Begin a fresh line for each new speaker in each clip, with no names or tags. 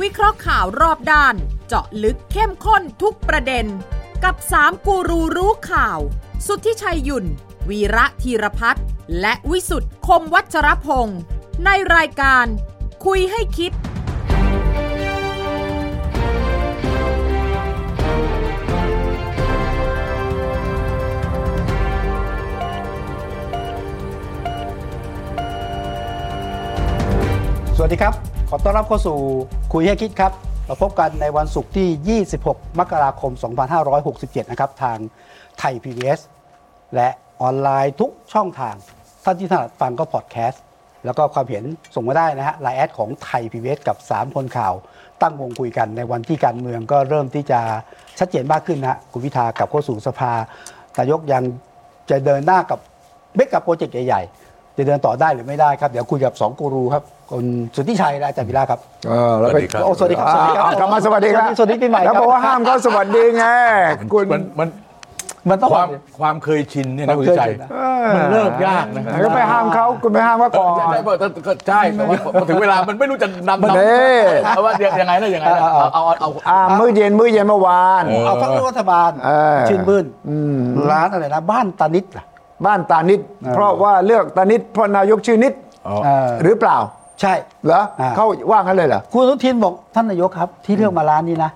วิเคราะห์ข่าวรอบด้าน เจาะลึกเข้มข้นทุกประเด็น กับ 3 กูรูรู้ข่าว สุทธิชัยหยุ่น วีระธีรพัฒน์และวิสุทธ์คมวัชรพงศ์ในรายการ คุยให้คิด
สวัสดีครับ ขอต้อนรับเข้าสู่คุยให้คิดครับ เราพบกันในวันศุกร์ที่ 26 มกราคม 2567 นะครับ ทางไทย PBS และออนไลน์ทุกช่องทาง ท่านที่ถนัดฟังก็พอดแคสต์ แล้วก็ความเห็นส่งมาได้นะฮะไลน์แอดของไทย PBS กับ 3 คนข่าว ตั้งวงคุยกันในวันที่การเมืองก็เริ่มที่จะชัดเจนมากขึ้นนะฮะคุณพิธากลับเข้าสู่สภานายกยังจะเดินหน้ากับ เมกะโปรเจกต์ใหญ่ๆ จะเดินต่อได้หรือไม่ได้ครับ เดี๋ยวคุยกับ 2 กูรูครับคุณสุทธิชัยและอาจารย์วิลาครับ
เออแล้วก็
สวัสดีครับ
โอ้สวัสดีครับ สวัสดีครั
อ่า
บ
กลับมาสวัสดีครับ
สวัสดีปีใหม่ค
แล้
รั
วบอกว่าห้ามเขาสวัสดีไงคุณ
มันมัน
มันต้อง
ความความเคยชินเนี่ยนะ
ความ
คุณ
เคย
ใจ
ชินนะ
มันเลิกยากนะ
แล้วก็ไปห้ามเขาคุณไปห้ามเขาก่อน
ใช่ใช่เพราะถ้าก็ใช่แต่ว่าพอถึงเวลามันไม่รู้จะนำ
มัน
นำ
เน่
เอาว่ายังไงนะยังไงนะเอาเอาเอาเอา
อ่ามื้อเย็นมื้อเย็นเมื่อวาน
เออ
เอาพรรคร่วมรัฐบาล
เออ
ชื่นมื่นร้านอะไรนะ บ้านตานิดเหรอ
บ้านตานิด
เออ
เพราะว่าเลือกตานิดเพราะนายกชื่อนิด
เอา
เออ
หรือเปล่า
ใช่
เหรอ
อ่า
เขาว่างั้นเลยเหรอ
คุณอนุทินบอกท่านนายกครับที่เลือกมาร้านนี้นะ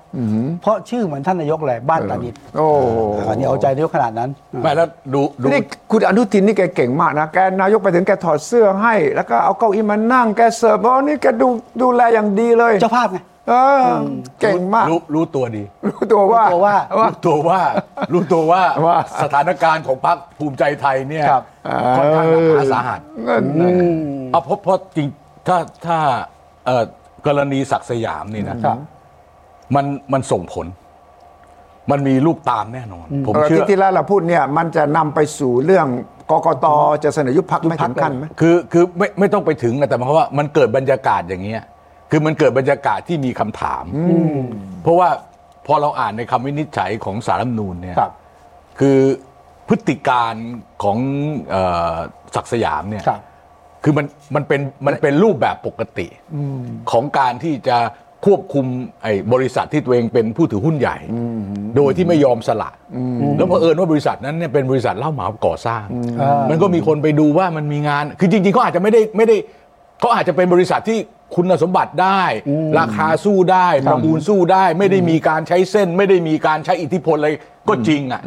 เพราะชื่อเหมือนท่านนายกเลยบ้านตานิด
โอ้โห
อันนี้เอาใจนายกขนาดนั้น
ไม่แล้วดูดู
นี่คุณอนุทินนี่แกเก่งมากนะแกนายกไปถึงแกถอดเสื้อให้ แล้วก็เอาเก้าอี้มานั่งแกเสิร์ฟอ๋อนี่แกดูดูแลอย่างดีเลย
เจ้าภาพไง
เอออเก่งมาก
รู้รู้ตัวดี
รู้ตัวว่า
ตัวว่า
รู้ตัวว่ารู้ตัวว่า
ว่า
สถานการณ์ของพรรคภูมิใจไทยเนี่ย
ครับ
ค่อนข้างหนักหนาสาหัส
นั่นน่ะ
เอาเพราะเพราะจริงถ้าถ้าเอ่อกรณีศักดิ์สยามนี่นะมันมันส่งผล มันมีลูกตามแน่นอน ผม
เออ
เชื่อ
ที่ที่แล้วเราพูดเนี่ยมันจะนำไปสู่เรื่องกกตจะเสนอยุบพักไหม่ถึงขั้นไหม
คือคือไม่ไม่ต้องไปถึงนะแต่หมายความว่ามันเกิดบรรยากาศอย่างเงี้ย คือมันเกิดบรรยากาศที่มีคำถาม เพราะว่าพอเราอ่านในคำวินิจฉัยของสารรัฐธรรมนูญเนี่ย
ครับ
คือพฤติการของเอ่อศักดิ์สยามเนี่ย
ครับ
อมันมันเป็นมันเป็นรูปแบบปกติของการที่จะควบคุมไอ้บริษัทที่ตัวเองเป็นผู้ถือหุ้นใหญ่ โดยที่ไม่ยอมสละแล้วเผอิญว่าบริษัทนั้นเนี่ยเป็นบริษัทเล่าเหมาก่อสร้าง
อ่ามั
มันก็มีคนไปดูว่ามันมีงาน คือจริงๆเขาอาจจะไม่ได้ไม่ได้เขาอาจจะเป็นบริษัทที่คุณสมบัติได้ ราคาสู้ได้ประมูลสู้ได้ ไม่ได้มีการใช้เส้น ไม่ได้มีการใช้อิทธิพลอะไรก็จริงอ่ะ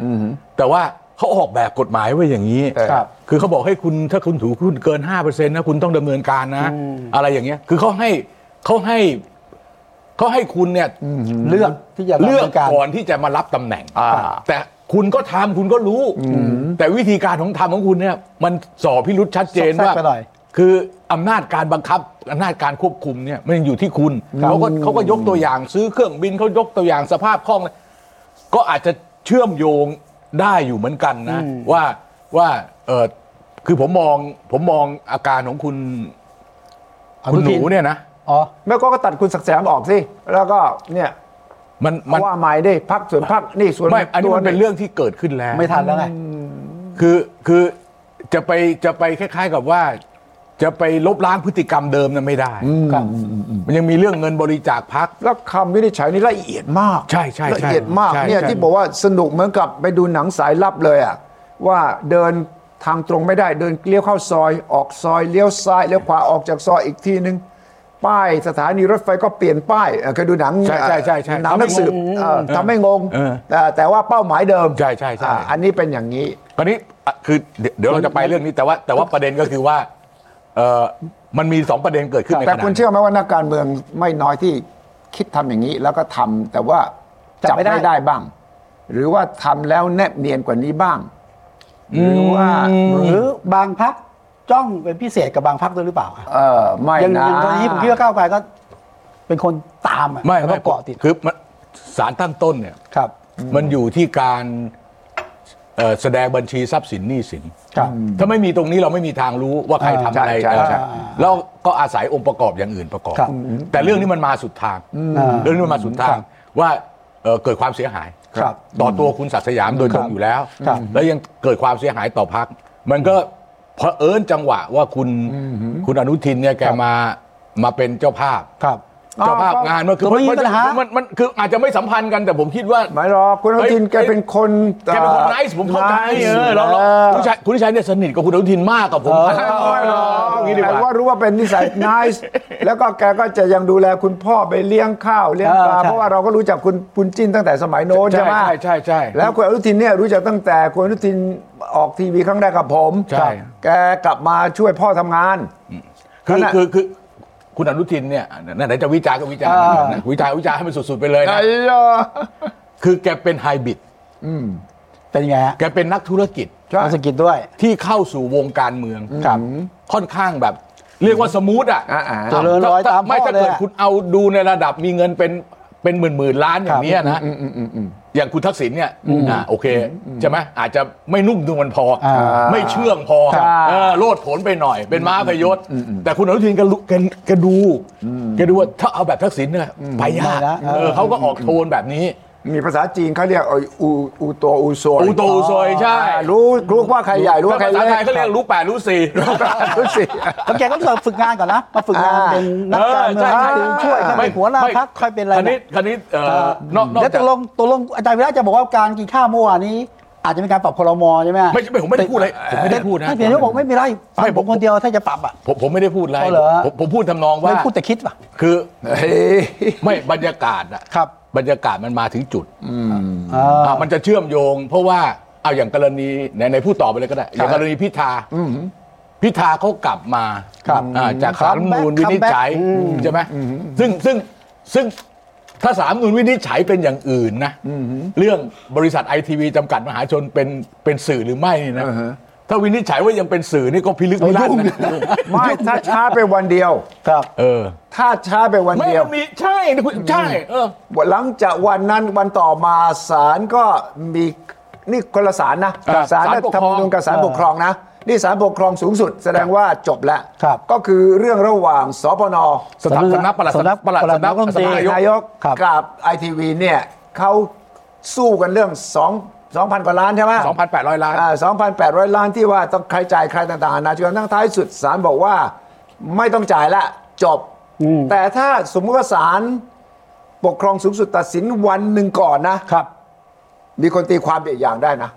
แต่ว่าเขาออกแบบกฎหมายไว้อย่างนี้
ครับ
คือเขาบอกให้คุณถ้าคุณถูกหุ้นเกิน 5%นะคุณต้องดำเนินการนะ อะไรอย่างเงี้ย คือเขาให้เขาให้เขาให้คุณเนี่ย
เลือกที่จะรับ
เลือก
บริาร
ก่อนที่จะมารับตำแหน่ง
อ่า
แต่คุณก็ทำคุณก็รู้ แต่วิธีการของทำของคุณเนี่ยมันสอบพิรุษชัดเจน
ซอกแซก
ว่า
ไปหน่อย
คืออำนาจการบังคับอำนาจการควบคุมเนี่ยมันยังอยู่ที่คุณ
ครับ
เขาก็เขาก็ยกตัวอย่างซื้อเครื่องบินเขายกตัวอย่างสภาพคล่อง ก็อาจจะเชื่อมโยงได้อยู่เหมือนกันนะ ว่าว่าเออคือผมมองผมมองอาการของคุณ
อนุ
คุณห
ทิ
นู
น
เนี่ยนะ
อ๋อ
แม่ก็ก็ตัดคุณศักดิ์สยามออกสิ แล้วก็เนี่ย
มันมัน
ว่าใหม่ได้พักส่วนพักนี่ส่วน
ไม่อันนี้
ตัว
มันเป็นเรื่องที่เกิดขึ้นแล้ว
ไม่ทันแล้วไง
คือคือจะไปจะไปคล้าย ๆกับว่า จะไปลบล้างพฤติกรรมเดิมนั้นไม่ได้
ครับ
มันยังมีเรื่องเงินบริจาคพัก
แล้วคำวินิจฉัยนี่ละเอียดมาก
ใช่ใช่ใช่
ละเอียดมาก
ใช่
เนี่ย
ใช่
ที่บอกว่าสนุกเหมือนกับไปดูหนังสายลับเลยอะว่าเดินทางตรงไม่ได้เดินเลี้ยวเข้าซอย ออกซอยเลี้ยวซ้ายเลี้ยวขวาออกจากซอยอีกทีนึงป้ายสถานีรถไฟก็เปลี่ยนป้ายเออเคยดูหนัง
ใช่ใช่ใช่ใช่
หนังนักสืบเออทำให้งง
เออ
แต่แต่ว่าเป้าหมายเดิม
ใช่ใช่ใช่
อ่าอันนี้เป็นอย่างนี้
คราวนี้อ่ะคือเดี๋ยวเดี๋ยวเราจะไปเรื่องนี้แต่ว่า แต่ว่าประเด็นก็คือว่าเออมันมีสองประเด็นเกิดขึ้นในข
แต่
ณะ
คุณ
นี้
เชื่อไหมว่านักการเมืองไม่น้อยที่คิดทำอย่างนี้แล้วก็ทำแต่ว่า
จั
จั
บบ ไม่
ไม่
ได้
ได้บ้าง หรือว่าทำแล้วแนบเนียนกว่านี้บ้าง หรือว่า
หรือบางพักจ้องเป็นพิเศษกับบางพักด้วยหรือเปล่าอ่ะ
เออไม่
ยัง
นะ
ยังตอนนี้ผมคิดว่าก้าวไกลก็ เป็นคนตามอ่ะ
ไม่
แล้วก็
ไม่
เกาะติด
คือมันสารตั้งต้นเนี่ย
ครับ
มันอยู่ที่การเอ่อแสดงบัญชีทรัพย์สินหนี้สิน
ครับ
ถ้าไม่มีตรงนี้เราไม่มีทางรู้ว่าใคร
อ่า
ทำอะไร
ใช่ใช่ใช่
เออแล้วก็อาศัยองค์ประกอบอย่างอื่นประกอบ
ครับ
แต่เรื่องนี้มันมาสุดทาง
อ่า
เรื่องนี้มันมาสุดทาง ว่าเอ่อเกิดความเสียหาย
ครับ
ต่อตัวคุณศักดิ์สยามโดยตร
ค
ง
รับ
อยู่แล้ว
ครับ
แล้วยังเกิดความเสียหายต่อพัก มันก็เผอิญจังหวะว่าคุณคุณอนุทินเนี่ยแกมามาเป็นเจ้าภาพ
ครับ
เจ้าภาพงานมันคือ
ก็ไม่มีปัญหา
นมันคืออาจจะไม่สัมพันธ์กันแต่ผมคิดว่า
ไม่หรอกคุณอนุทิน
เฮ้ย
แกเป็นคน
แกเป็นคนไน
อ่อ
ส์ผมเข้าใจ
nice
เออเราเราคุณชัยคุณชัยเนี่ยสนิทกับคุณอนุทินมากกับผมพัน
ไม่
เท่า
หรอก
เออเอางี้ดีก
แต่ว่า
ว่า
รู้ว่าเป็นนิสัย nice แล้วก็แกก็จะยังดูแลคุณพ่อไปเลี้ยงข้าวเลี้ยงป
เออ
ลา
ใช่
เพราะว่าเราก็รู้จักคุณคุณจิ้นตั้งแต่สมัยโน้น
ใช่
ใช่ไหม
ใช่ใช่ใช่
แล้วคุณอนุทินเนี่ยรู้จักตั้งแต่คุณอนุทินออกทีวีครั้งแรกกับผม
ใช่
แกกลับมาช่วยพ่อทำงาน
คื
ข
อ
ณะ
คือคือคุณอนุทินเนี่ยไหนๆจะวิจารณ์ก็วิจารณ์นะวิจารณ์วิจารณ์ให้มันสุดๆไปเลยนะ
ไอ้ยะ
คือแกเป็นไฮบริด
เป็นยังไงฮะ
แกเป็นนักธุรกิจ
ใช่
เศรษฐกิจด้วย
ที่เข้าสู่วงการเมือง
ครับ
ค่อนข้างแบบ เรียกว่าสมูทอ่ะ
อ่า
เจริญรอยตามพ่อ
ไม่ถ้าเกิด
เลยอะ
คุณเอาดูในระดับมีเงินเป็นเป็นหมื่นหมื่นล้านอย่างเนี้ยนะอย่างคุณทักษิณเนี่ยอ่าโอเคใช่ไหมอาจจะไม่นุ่มนวลพออา ไม่เชื่องพอเออโลดโผนไปหน่อยเป็นม้าพยศ แต่คุณอนุทินแกรู้แกแกดูแกดูว่าถ้าเอาแบบทักษิณเนี่ยไปยาก
ไม่นะเออ
เออเขาก็ออกโทนแบบนี้
มีภาษาจีนเขาเรียกเอ่ออูอูโตอูโซย
อูโตอูโซยใช่
อ่ารู้รู้ว่าใครใหญ่รู้ว่าใคร
ภา
เล็ก
ษาไทยเขาเรียกรู้แปดรู้สี่
รู้สิ
แล้วแกก็เริ่มฝึกงานก่อนนะ มาฝึกงาน
อ่า
เป็นนักการเมืองติว
ใช่ใช่
ช่วย
ใช่
ใช่ไหมหัวหน้า
ไม่
พักคอยเป็นอะไร
คันนี้
นะ
คันนี้เอ่อ
เออน
อกนอก
เดี๋ยวต
จาก
กลงตกลงอาจารย์วิระจะบอกว่าการกินข้าวเมื่อวานนี้ อาจจะเป็นการปรับคลมใช่ไหม
ไม่ไม่ผมไม่ได้พูดเลยผมไม่ได้พูดนะ
ท่านเพียงบอกไม่มีไร
ไม่
ไม่
ผ
ผม มคนเดียวถ้าจะปรับอ่ะ
ผมผมไม่ได้พูดอะไร
เอาเหรอ
ผมผมพูดทำนองว่า
ไม่พูดแต่คิดป่ะ
คือ
เฮ้ย
ไม่บรรยากาศอะ
ครับ
บรรยากาศมันมาถึงจุด
อ่า
อ่ะมันจะเชื่อมโยง เพราะว่าเอาอย่างกรณีไหนไหนพูดต่อไปเลยก็ได้ อย่างกรณีพิธาพิธาเขากลับมา
ครับ
อ่าจากสารรัฐธรรมนูล
Comeback
วินิจฉัย
comeback
ใช่ไหมซึ่งซึ่งซึ่งถ้าสารรัฐธรรมนูลวินิจฉัยเป็นอย่างอื่นนะเรื่องบริษัทไอทีวีจำกัดมหาชนเป็นเป็นสื่อหรือไม่นี่นะ
อ่าฮะ
ถ้าวินิจฉัยว่ายังเป็นสื่อนี่ก็พิลึกพิลั่นนะ
ไม่ถ้าช้าไปวันเดียว
ครับ
เออ
ถ้าช้าไปวัน
ไม่
เดียว
มันมีใช่นะคุณใช่เออ
หลังจากวันนั้นวันต่อมาศาลก็มีนี่คนละศาลนะ
อ่า
ศาล
ศาลปกครอง
ทำนูญกับศาลปกครองนะ นี่ศาลปกครองสูงสุด แสดงว่าจบแล้ว
ครับ
ก็คือเรื่องระหว่างสปน
สถาสำนักปลัด
สำนัก
ปลัด
ปลัด
สำนัก
รัฐมนตรี
สำนักนายก
นายก
ครับ
กับไอทีวีเนี่ยเขาสู้กันเรื่อง2 2,000 กว่าล้านใช่ไหม
2,800 ล้าน
2,800 ล้านที่ว่าต้องใครจ่ายใครต่างๆนานาจนกระทั่งท้ายสุดศาลบอกว่าไม่ต้องจ่ายละจบ แต่ถ้าสมมติว่าศาลปกครองสูงสุดตัดสินวันหนึ่งก่อนนะ
ครับ
มีคนตีความเด็กอย่างได้นะ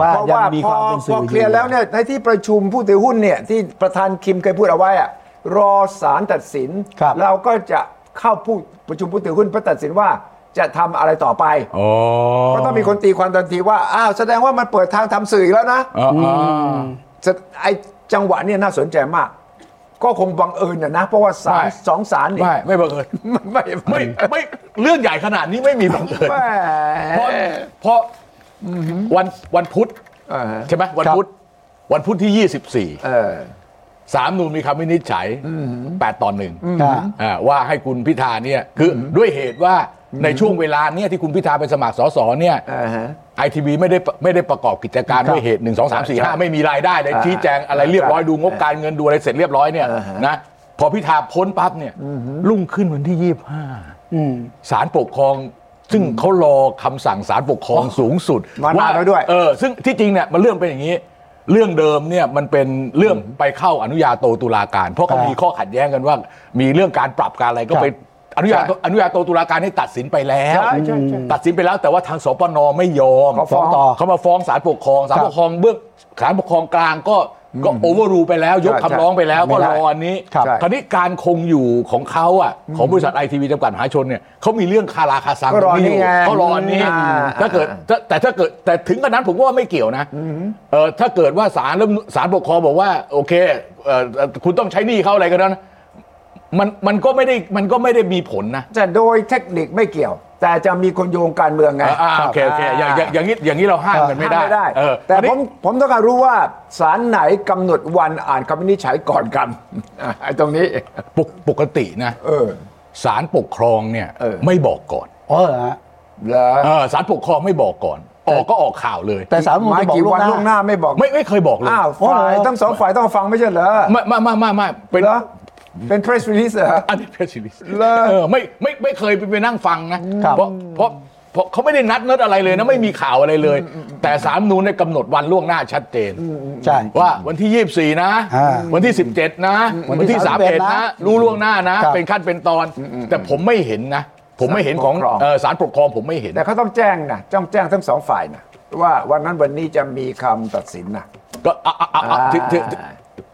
ว่า
เพราะ
ยัง
ว่า
มี
พ
ค
อ
วามเป็น
พ
สื่
อ
อ
เคลียร์แล้วเนี่ยในที่ประชุมผู้ถือหุ้นเนี่ยที่ประธานคิมเคยพูดเอาไว้อะรอศาลตัดสิน
ครับ
เราก็จะเข้าผู้ประชุมผู้ถือหุ้นเพื่อตัดสินว่าจะทำอะไรต่อไป ก็ต้องมีคนตีความทันทีว่าอ้าวแสดงว่ามันเปิดทางทำสื่ออีกแล้วนะ
อ่าอ่า
จะไอจังหวะเนี่ยน่าสนใจมาก ก็คงบังเอิญนะนะ เพราะว่าสารสองสารนี่
ไม่ไม่บังเอิญ
ไม่
ไม่ไม่เรื่องใหญ่ขนาดนี้ไม่มีบังเอิญ
แหม
เพราะเพราะวันวันพุธ
เออ
ใช่ไหมวันพุธวันพุธที่
เอ
24
อ
สามนูนมีคำวินิจฉัย8ต่อหนึ่ง
อ่า
อ่าว่าให้คุณพิธาเนี่ยคืออด้วยเหตุว่าในช่วงเวลาเนี่ยที่คุณพิธาไปสมัครสสเนี่ย
อ่าฮะ
ไอทีวีไม่ได้ไม่ได้ประกอบกิจการด้วยเหตุ 1 2 3 4 5 ไม่มีรายได้เลย
อ่า
ชี้แจงอะไรเรียบร้อย
ครับ
ดูงบการเงินดูอะไรเสร็จเรียบร้อยเนี่ย
อ่าฮะ
นะพอพิธาพ้นปั๊บเนี่ยรุ่งขึ้นวันที่
อืม
25ศาลปกครอง ซึ่งเขารอคำสั่งศาลปกครองสูงสุด
มานานแล้วด้วย
เออซึ่งที่จริงเนี่ยมันเรื่องเป็นอย่างนี้ เรื่องเดิมเนี่ยมันเป็นเรื่องไปเข้าอนุญาโตตุลาการ เพราะเขา
อ่ามี
มีข้อขัดแย้งกันว่า มีเรื่องการปรับการอะไรก็
ครับ
ไปอนุญาโตอนุญาโตตุลาการให้ตัดสินไปแล้ว
ใช่ใช่ใช่
ตัดสินไปแล้วแต่ว่าทางสปนไม่ยอม
เขาฟ้องต่อ
เขามาฟ้องศาลปกครองศาลปกครองเบื้องศาลปกครองกลางก็ก็โอเวอร์รูไปแล้ว ยก
ใช่
คำร้องไปแล้ว
ไม่
ก็
ได้
รออันนี้
ครับใช่
คราวนี้การคงอยู่ของเขาอ่ะของบริษัทไอทีวีจำกัดมหาชนเนี่ยเขามีเรื่องคาราคาซัง
ก็รอ
ตง
นี่ไง
เขารออันนี้
อ่า
ถ้าเกิดถ้าแต่ถ้าเกิดแต่ถึงกระนั้นผมว่าไม่เกี่ยวนะเออถ้าเกิดว่าศาลเริ่มศาลปกครองบอกว่าโอเคเอ่อเอ่อคุณต้องใช้หนี้เขาอะไรกันนะมันมันก็ไม่ได้มันก็ไม่ได้มีผลนะ
แต่โดยเทคนิคไม่เกี่ยว แต่จะมีคนโยงการเมืองไง
อ่าอ่าโอเคโอเคอย่างอย่างอย่างนี้อย่างนี้เราห้ามกันไม่ได้
ห้า
เออ
แต่
อันนี้
ผมผมต้องการรู้ว่าสารไหนกำหนดวันอ่านคำวินิจฉัยก่อนกันอ่ะไอ้ตรงนี้
ปกปกตินะ
เออ
ศาลปกครองเนี่ย
เออ
ไม่บอกก่อน
อ๋อเหรอฮะ
เหรอ
เออศาลปกครองไม่บอกก่อน ออกก็ออกข่าวเลย
แต่สามม
ห
นจะ
ย
บอก
กี่
ล่ว
วั
ง
น
ห
ล่วงห
น้า
น้าไม่บอก
ไม่ไม่เคยบอกเลย
อ้าว
อ๋อเหรอ
ฝ่ายทั้งสองฝ่ายต้องฟังไม่ใช่เหรอ
ไม่ไม่ไม่ไม่ไม่เป็น
เหรอเป็น press release เหรอ
อันนี้เพรสซิลิส
เหรอ
เออไม่ไม่ไม่เคยไปไปนั่งฟังนะ
ครับ
เพราะเพราะ เพราะเขาไม่ได้นัดเนิดอะไรเลยนะไม่มีข่าวอะไรเลย แต่สามนูนเนี่ยกำหนดวันล่วงหน้าชัดเจน
ใช่
ว่าวันที่ 24 นะ
อ่า
วันที่ 17 นะ
วันที่
วันที่
31
31
นะ
นะ รู้ล่วงหน้านะ
ครับ
เป็นขั้นเป็นตอน แต่ผมไม่เห็นนะ ผมไม่เห็นของ
ศาลปกครอง
เอ่อศาลปกครองผมไม่เห็น
แต่เขาต้องแจ้งนะต้องแจ้งทั้งสองฝ่ายนะว่าวันนั้นวันนี้จะมีคำตัดสินนะ
ก็อ่ะอ่ะอ่ะอ่ะ
อ่า
ถึงถึงถึง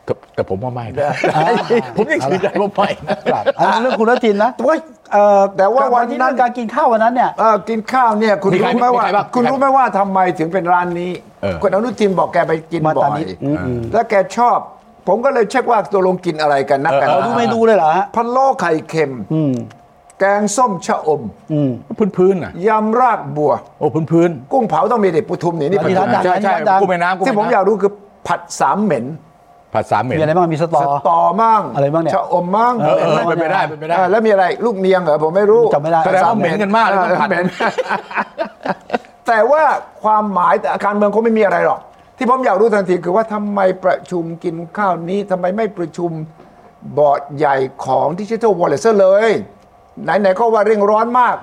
แต่แต่ผมว่าไม่นะผมยังถือใจว่าไม่นะ
ครับอันนั้นเรื่องคุณรัตินนะเว้ยเอ่อ
แต่ว่าวั
ก
น
ลับมที่
นั้น
เรื่องการกินข้าววันนั้นเนี่ย
เออกินข้าวเนี่ยคุณ
มีใคร
รู้ไหมว่า
มีใครบ้าง
คุณรู้ไหมว่าทำไมถึงเป็นร้านนี้
เออ
คุณอนุทินบอกแกไปกิน
มา
บ่อ
ตอนนี้
ย
อืมอืม
แล้วแกชอบ ผมก็เลยเช็คว่าตัวลงกินอะไรกันนักกัน
ขอดูเมนูเลยเหรอฮะ
พะโล้ไข่เค็ม
อืม
แกงส้มชะอม
อืม
พื้นพื้นๆน่ะ
ยำรากบัว
โอ้พื้นพื้น
กุ้งเผาต้องมีเด็กปทุมนี่นี่
อั
ป
นนี้
ทุม
ร้านดัง
ใช่ใช่
ดัง
กูแม่น้ำกู
ที่
แม่
ผมอยา
น้
กรู้คือผัดสามเหม็น
ำผัดสามเหม็น
มีอะไรบ้างมีสตอ
สตอมั่ง
อะไรบ้างเนี่ย
ชะอมมั่ง
เออเออเป็นไปได้เป็นไปได้
เออแล้วมีอะไรลูกเนียงเหรอผมไม่รู้
จำไม่ได้
แสดงว่าเหม็นกันมากเลยต้องผัด
เออเหม็น แต่ว่าความหมายแต่การเมืองคงไม่มีอะไรหรอก ที่ผมอยากรู้ทันทีคือว่าทำไมประชุมกินข้าวนี้ทำไมไม่ประชุมบอร์ดใหญ่ของดิจิทัลวอลเล็ตเลย ไหน ๆ ก็ว่าเร่งร้อนมาก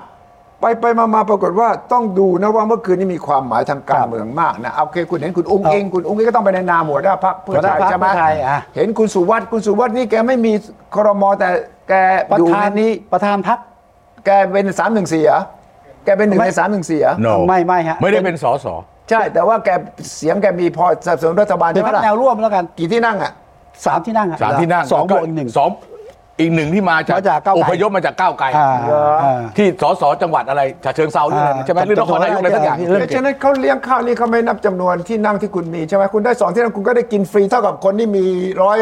ไปไปมามาปรากฏว่าต้องดูนะว่าเมื่อคืนนี้มีความหมายทางการเมืองมากนะโอเค คุณเห็นคุณองค์เองคุณองค์เองก็ต้องไปในนามหัวหน้าพรรคเพื่อ
หัวห
ไท
น้าย พรรค
ใช่ไหม
เพื่อไทยอ่ะ
เห็นคุณสุวัสด์คุณสุวัสด์นี่แกไม่มีครมแต่แก
ประ
อยู่
ธา
ใน
น
นี้
ประธานพัก
แกเป็นสามหนึ่งเสีย แกเป็นหนึ่ง
ไม่
ในสามหนึ่งเสีย
No
ไม่ไม่ฮะ
ไม่ได้เป็นสอสอ
ใช่ แต่ว่าแกเสียงแกมีพอสนับสนุนรัฐบาล
เป็
ใช่
น
ไหม
พัก
ล่ะ
แนวร่วมแล้วกัน
กี่ที่นั่งอ่ะ
สามที่นั่งฮะ
สามที่นั่ง
สองบ
แล้ว
กหนึ่ง
สองอีกหนึ่งที่มาจาก
มาจากก้าวไกล
อพยพมาจากก้าวไกล
อ่าอ่า
ที่สสจังหวัดอะไรฉะเชิงเซาด้วยนะ
อ่า
ใช่ไหมหรือนครนายกอะไรสักอย่าง
จำไม่ได้
เพราะฉะนั้นเขาเลี้ยงข้าวนี่เขาไม่นับจำนวนที่นั่งที่คุณมีใช่ไหมคุณได้สองที่นั่งคุณก็ได้กินฟรีเท่ากับคนที่มีร้อย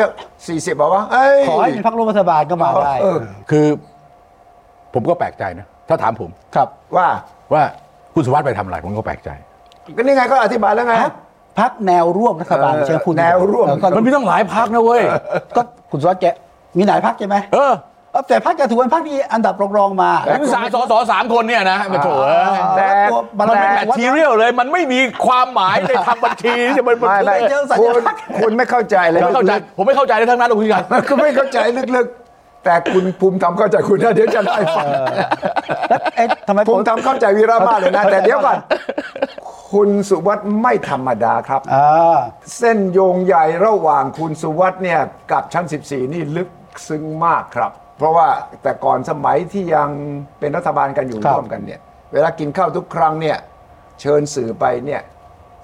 สี่สิบบอกว่าเอ้ย
ขอให้เป็นพักร่วมรัฐบาลก็มาได้
เออ
คือ ผมก็แปลกใจนะ ถ้าถามผม
ครับ
ว่า
ว่าคุณสุวัสด์ไปทำอะไรผมก็แปลกใจ
ก็นี่ไงก็อธิบายแล้วไง
พักพักแนวร่วมรัฐบาล
เออ
เชิงคุณ
แนวร่วม
เออก็
มันมีต้องหลายพักนะเว้ย
ก็คุณสุวัสดิ์แกมีหลายพักใช่ไหม
เออ
เออแต่พักแกถือเป็นพักที่อันดับรองๆมา
แล้วสามสสสามคนเนี่ยนะมาโถเอ้ย
อ่า
แต่
ตัวบารมี
มันเป็นแมท
แต่ว่า
เทียลเลย มันไม่มีความหมายในทางบัญชีที่จะมันมัน
ไม่ไม่
เจอสัญ
คุณ
ลักษณ์
คุณไม่เข้าใจเลย
ผมไม่เข้าใจ ผมไม่เข้าใจเลยทั้งนั้นหรอกคุณกัน
มันก็ไม่เข้าใจลึกๆ แต่คุณภูมิธรรมเข้าใจคุณนะเดี๋ยวจะได้ฟัง
แล้วเอ๊ะทำไม
ภูมิธรรมเข้าใจวีระมากเลยนะ แต่เดี๋ยวก่อนคุณสุวัสด์ไม่ธรรมดาครับ
อ่า
เส้นโยงใหญ่ระหว่างคุณสุวัสด์เนี่ยกับชั้น 14 นี่ลึกซึ้งมากครับ เพราะว่าแต่ก่อนสมัยที่ยังเป็นรัฐบาลกันอยู่
ครับ
ร่วมกันเนี่ย เวลากินข้าวทุกครั้งเนี่ย เชิญสื่อไปเนี่ย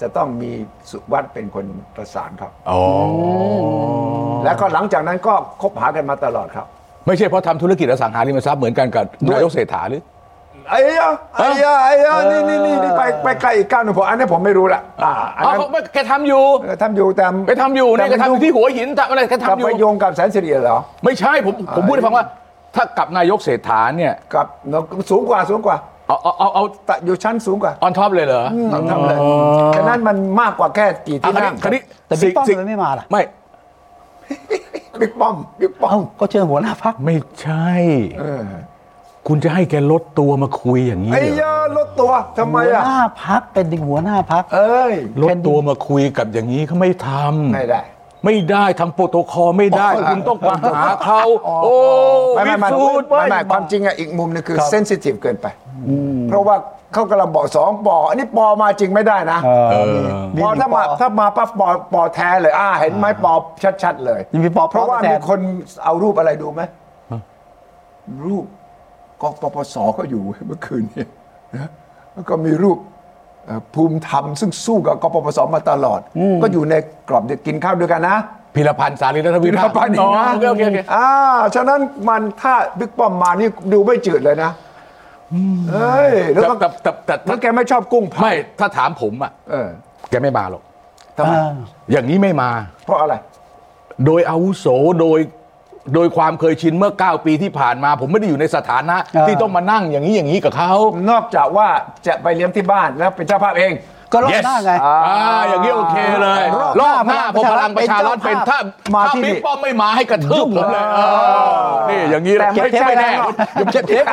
จะต้องมีสุวัสด์เป็นคนประสานครับ
อ๋อ
แล้วก็หลังจากนั้นก็คบหากันมาตลอดครับ
ไม่ใช่เพราะทำธุรกิจอสังหาริมทรัพย์เหมือนกันกับนายกเศรษฐาหรือ
ไอ้ยะไอ้ยะไอ้ยะนี่นี่นี่นี่ไปไปไกลอีกก้าวหนึ่งผมอันนี้ผมไม่รู้ละอ่าอัน
อ๋
นั้
อ
น
เขาไม่แกทำอยู่
เออทำอยู่แต่
แกทำอยู่นี่แกทำอยู่ที่หัวหินทำอะไร
ก
แก
ลับ
ทำอ
ไป
ยู่
โยงกับแสนสิริเหรอ
ไม่ใช่ผมผมพูดให้ฟังว่า ถ้ากับนายกเศรษฐาเนี่ย
กับเนอะสูงกว่าสูงกว่า
เอาเอาเอาเอา
แต่อยู่ชั้นสูงกว่า
ออนท็อปเลยเหรอ
ทำเลยฉะนั้นมันมากกว่าแค่กี่
อ่ะ
ที่
คราว
นั่
นี้
ง
คราวนี้
แต่บิ๊กป้อม
สิ่ง
ทำไมไม่มาล่ะ
ไม่
บิ๊กป้อมบิ๊กป้อ
เอ้าม ก็เชิญหัวหน้าพัก
ไม่ใช่
เออ
คุณจะให้แกลดตัวมาคุยอย่างนี้
ไอ้
เหรอย
ะลดตัวทำไม
หัว
อ่ะ
หน้าพักเป็นหัวหน้าพัก
เอ้ย
ลดตัวมาคุยกับอย่างนี้เขาไม่ทำ
ไม่ได้
ไม่ได้ทำโปรโตคอลไม่ได้
อ๋อ
คุณต้องมาหาเขาโอ้
ไม่ไม่ไม่
วิสูจน์
ไม่ไม่
ว้
ความจริงอะอีกมุมหนึงคือเซนซิทีฟเกินไปเพราะว่าเขากำลังบอกสองปออันนี้ปอมาจริงไม่ได้นะ
เออ
ปอถ้ามาถ้ามาปั๊บปอปอแท้เลยอ่าเห็นไหมปอชัดๆเลย
นี่มีปอ
เพราะว่า
ปอแท้
มีคนเอารูปอะไรดูไหมรูปกปปสก็อยู่ เว้ยเมื่อคืนเนี้นะแล้วก็มีรูปเอ่อภูมิธรรมซึ่งสู้กับกปปสมาตลอด ก็อยู่ในกรอบเดียวกินข้าวด้วยกันนะ
พิรพันธ์สารีรัตนวิ
กิน
ภา
ข้าวปาน
อ๋อ
นี้นะ
โอเคโอเคโอเค
อ่าฉะนั้นมันถ้าบิ๊กป้อมมานี่ดูไม่จืดเลยนะเอ้ยแล้วก็
แต่แต่แต่แต่
แล้วแกไม่ชอบกุ้งเผา
ไม่ถ้าถามผมอ่ะ
เออ
แกไม่มาหรอก
ทำไม
อ่า
อย่างนี้ไม่มา
เพราะอะไร
โดยอาวุโสโดยโดยความเคยชินเมื่อ 9 ปีที่ผ่านมา ผมไม่ได้อยู่ในสถานะ
อ่า
ที่ต้องมานั่งอย่างนี้อย่างนี้กับเขา
นอกจากว่าจะไปเลี้ยงที่บ้านแล้วเป็นเจ้าภาพเอง
ก็รอบหน้าไง
อ่าอย่างนี้โอเคเลย
ร
ร
อ
อ
บบ ห
ห
น้า
น้าพอพลังประชารัฐ
เป็
เป็น น
เจ้า
ถ้า
ภาพ
มา
ถ้า
ที่
บิ๊ก
นี่
ป้อมไม่มาให้กระทืบผมเลยเออนี่อย่างนี้
แต่
ไม่ใช่ไม่แน่
เก็บเทป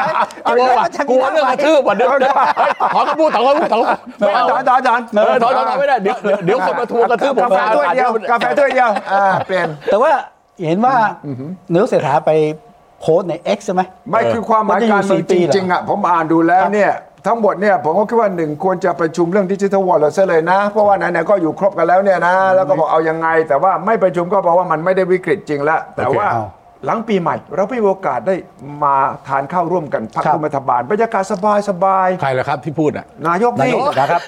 ไว้
เก็บเทปไว้กลัวว่ะ
เก็บเทปไว้
กลัวเรื่องกระทืบว่ะเดี๋ยวเดี๋ยวเฮ้ยถอนคำพูดถอนคำพูดถอนคำพูดไม่
อา
เอา
จารย์อาจารย์
เออถอยถอยถอยไม่ได้เดี๋ยวเดี๋ยวเดี๋ยวคนมาทวงกระทืบผม
กาแฟถ้วยเดียว
อ่ะ
กาแฟถ้วยเดียวอ่าเปลี่ยน
แต่ว่าเห็นว่าเนื้อเสถาไปโพสต์ใน X ใช่ไหม
ไม่คือความหมายการเมืองจริงๆอ่ะผมอ่านดูแล้วเนี่ย ทั้งหมดเนี่ยผมก็คิดว่าหนึ่งควรจะประชุมเรื่องดิจิทัลวอลเล็ตซะเลยนะ เพราะว่าไหนๆก็อยู่ครบกันแล้วเนี่ยนะ แล้วก็บอกเอายังไง แต่ว่าไม่ประชุมก็บอกว่ามันไม่ได้วิกฤตจริงแล้ว แต่ว่า
เอา
หลังปีใหม่ เราไม่มีโอกาสได้มาทานข้าวร่วมกันพัก
ครับ
รัฐบาลบรรยากาศสบาย
ใครล่ะครับที่พูดอ่ะ
ๆนายก
นา
นี่
ยกนะครับ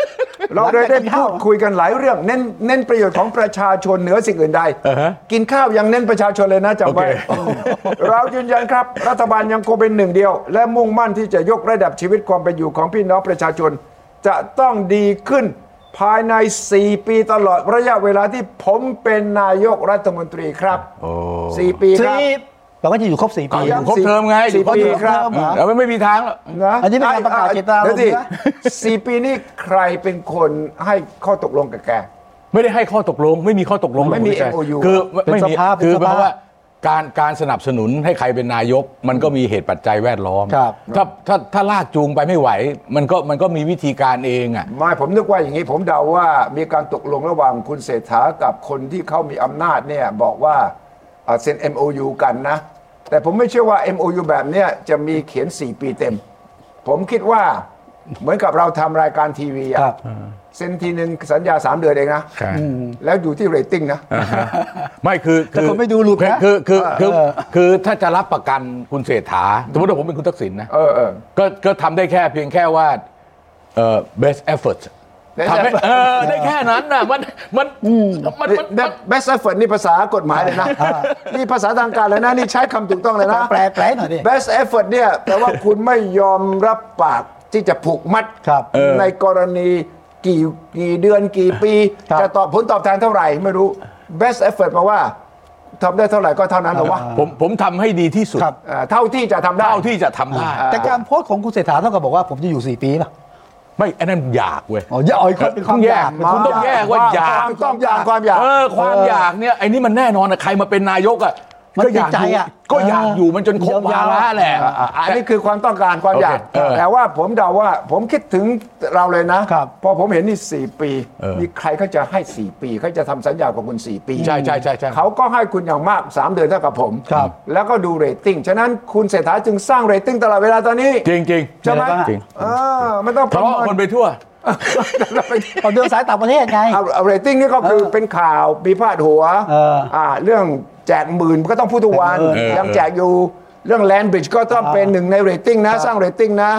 เราได้ได้พูดคุยกันหลายเรื่อง เน้นเน้นประโยชน์ของประชาชนเหนือสิ่งอื่นใด
อ่าฮะ
กินข้าวยังเน้นประชาชนเลยนะจำไว้
โอเค
อืมเรายืนยันครับ รัฐบาลยังคงเป็นหนึ่งเดียว และมุ่งมั่นที่จะยกระดับชีวิตความเป็นอยู่ของพี่น้องประชาชน จะต้องดีขึ้นภายใน 4 ปีตลอดระยะเวลาที่ผมเป็นนายกรัฐมนตรีครับสี่ปีครับ
สี่เราก็จะอยู่ครบสี่ปี
เอายัง
ครบเทอมไง
สี่ปีครับ
แล้วไม่มีทางหรอก
นะ
อันนี้เป็นการประกาศเจตนารมณ์
ดี๋ยวสิ
นะ
สี่ปีนี้ใครเป็นคนให้ข้อตกลงกับแก
ไม่ได้ให้ข้อตกลง ไม่มีข้อตกลงหรอก
ไม่มี
คุณชัย
MOU
คือไม่
เป็น
ไม่
ส
มี
ภาพ
คือ
เป็นสภาพ
หมายความว่าการการสนับสนุนให้ใครเป็นนายก มันก็มีเหตุปัจจัยแวดล้อม
ครับ
ถ้าถ้าถ้าลากจูงไปไม่ไหว มันก็มันก็มีวิธีการเองอ่ะ
ไม่ผมนึกว่าอย่างนี้ผมเดาว่ามีการตกลงระหว่างคุณเศรษฐากับคนที่เขามีอำนาจเนี่ยบอกว่าเอ่อเซ็น MOU กันนะ แต่ผมไม่เชื่อว่า MOU แบบเนี้ยจะมีเขียน 4 ปีเต็ม ผมคิดว่าเหมือนกับเราทำรายการทีวีอะ
ครับ
เซ็นทีหนึ่งสัญญา 3 เดือนเองนะ
ครับ
แล้วอยู่ที่เรตติ้งนะ
ไม่คือ
แต่คนไม่ดูหลุดนะ
คือคือคือ
เออ
คือถ้าจะรับประกันคุณเศรษฐาสมมติว่าผมเป็นคุณทักษิณนะ
เออเออ
ก็ก็ทำได้แค่เพียงแค่ว่าเอ่อ best effort
Best
ทำให้
effort
เออได้แค่นั้นน่ะมันมันมันมันมัน
เบสเอฟเฟอร์นี่ภาษากฎหมายเลยนะ นี่ภาษาทางการเลยนะ นี่ใช้คำถูกต้องเลยนะ
แปลแปลหน่อยดิ
best effort เนี่ยแปลว่าคุณไม่ยอมรับปากที่จะผูกมัด
ครับเออ
ในกรณีกี่กี่เดือนกี่ปี
ครับ
จะตอบผลตอบแทนเท่าไหร่ไม่รู้ best effort แปลว่าทำได้เท่าไหร่ก็เท่านั้นเหรอวะ
ผมผมทำให้ดีที่สุด
ครับ
เอ่อเท่าที่จะทำได้
เท่าที่จะทำได้
แต่การโพสต์ของคุณเศรษฐาเท่ากับบอกว่าผมจะอยู่ 4 ปีป่ะ
ไม่อันนั้นอยากเว้ย
อ๋ออยากอ๋อคนเป็นความ
ต้งแย
อยาก
คุณต้องแยกว่าอยาก
ความต้องการความอยาก
เออความอยากเนี่ยไอ้นี่มันแน่นอนนะใครมาเป็นนายกอ่ะ
มัน
ก็อยาก
ติดใจ
ยู่
อะ
ก็อยาก
เออ
อ
อยู่
มันจนครบวาระแหละ
อ่ะอันนี้คือความต้องการความ
โอเค
อยาก
เออ
แต่ว่าผมเดาว่าผมคิดถึงเราเลยนะ
ครับ
พอผมเห็นนี่ 4 ปี
เออ
มีใครเขาจะให้ 4 ปีเขาจะทำสัญญากับคุณ 4 ปี
ใช่ใช่ใช่ใช่
เขาก็ให้คุณอย่างมาก 3 เดือนเท่ากับผม
ครับ
แล้วก็ดูเรตติ้ง ฉะนั้นคุณเศรษฐาจึงสร้างเรตติ้งตลอดเวลาตอนนี้
จริงจริง
ใช่ไหม
จริง
เออไม่ต้อง
ทะเลาะ
ประ
ค
เมิ
นไปทั่ว
เอาเดินสายต่างประเทศไง
เอาเอาเรตติ้งนี่ก็คือเป็นข่าวมีพาดหัว
เอออ่
่าเรื่องแจกหมื่นก็ต้องพูดทุกวัน
เออเออ
ยังแจกอยู่เรื่องแลนบริดจ์ก็ต้องเป็นหนึ่งในเรตติ้งนะ สร้างเรตติ้งนะ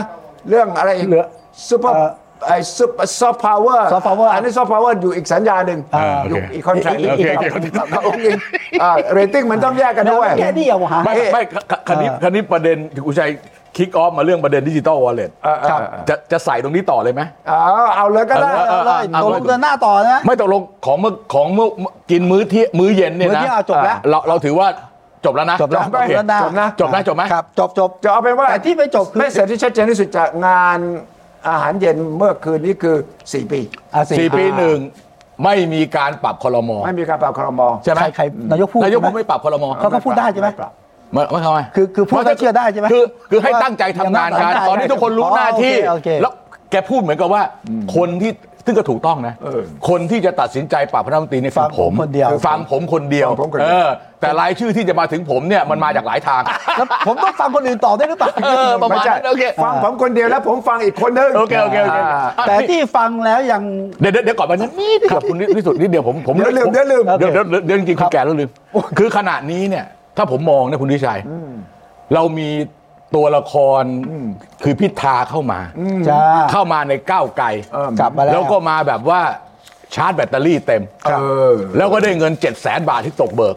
เรื่องอะไร
เหลือ
ซูเปอร์
เอ่อ
ไอ้ซูเปอร์ซอฟต์พาวเวอร์
soft power
นนี้ซอฟต์พาวเวอร์อยู่อีกสัญญาหนึ่ง
อ่า
อยู่
โอเค
อีกคอนแทค
โอเคโอเค
เรตติ้งมันต้องแยกกันด้วย
แค่นี้เอาหา
ไม่
เอ๊ะ
ไม่คคณิตคณิตประเด็นที่คุณชัยคิกออฟมาเรื่องประเด็นดิจิตอลวอลเล็ต
ครับ
จะจะใส่ตรงนี้ต่อเลยไหม
เอาเอาเลยก็ได้
เอาเลย
เอาเลยตกลงเดินหน้าต่อนะ
ไม่ตกลงของเมื่อของเมื่อกินมื้อเที่ยงมื้อเย็นเนี่ย
มื้อ
นะ
เที่ยงเอาจบแล้ว
เราเราถือว่าจบแล้วนะ
จบแล้ว
โอเค
เดินหน้า
จบนะ
จบนะจบไหม
ครับจบจบ
จะเอาเป็นว่า
แต่ที่ไม่จบคือ
ไม่เสร็จที่ชัดเจนที่สุดจากงานอาหารเย็นเมื่อคืนนี้คือ 4 ปี
อ่ะ
สี่ปีหนึ่งไม่มีการปรับคอรมอ
ไม่มีการปรับครม
ใช่ไหม
ใครใครนายกพูด
นายก
ใช่ห
ไม่ปรับคอรมอ
เขาก็พูดได้ใช่ไหม
ไม่ไม่ทำไม
คือคือพูดให้เชื่อได้ใช่ไหม
คือคือให้ตั้งใจทำงานการ
ได้
ตอนนี้ทุกคนรู้
อ๋อ
หน้าที่
โอเคโอเค
แล้วแกพูดเหมือนกับว่าคนที่ซึ่งก็ถูกต้องนะ
เออ
คนที่จะตัดสินใจปรับพระรัฐมนตรีนี่
ฟั
คื
ง
อผม
ผมคนเดียว
ฟังผมคนเดียว
ฟังผมคนเดี
เอ
ยว
อแต่รายชื่อที่จะมาถึงผมเนี่ยมันมาจากหลายทาง
แล้วผมต้องฟังคนอื่นต่อได้วยหรือเปล่า
เออประมาณ
ไม่ใช่
นั้นโอเค
ฟังผมคนเดียวแล้วผมฟังอีกคนนึง
โอเคโอเคโอเค
า
อ่ะ
แต่ที่ฟังแล้วยัง
เดี๋ยวเดี๋ยวเดี๋ยวก่อนไปนั้นนี่ครับคุณนิสุทธิ์นิดเดียวผมผม
เดี๋ยวลืม
ผ
เดี๋ยวลืม
เดี๋ยวเดี๋ยวเดี๋ยวเดี๋ยวจริงๆคุณแก่แล้วลืม คือขณะนี้เนี่ย ถ้าผมมองนะคุณวิชัยเรามีตัวละครคือพิธาเข้ามา
จะ
เข้ามาในก้าวไกล
เออ
กลับมาแล้ว
แล้วก็มาแบบว่าชาร์จแบตเตอรี่เต็ม
เออ
แล้วก็ได้เงิน 7 0 0แสนบาทที่ตกเบิก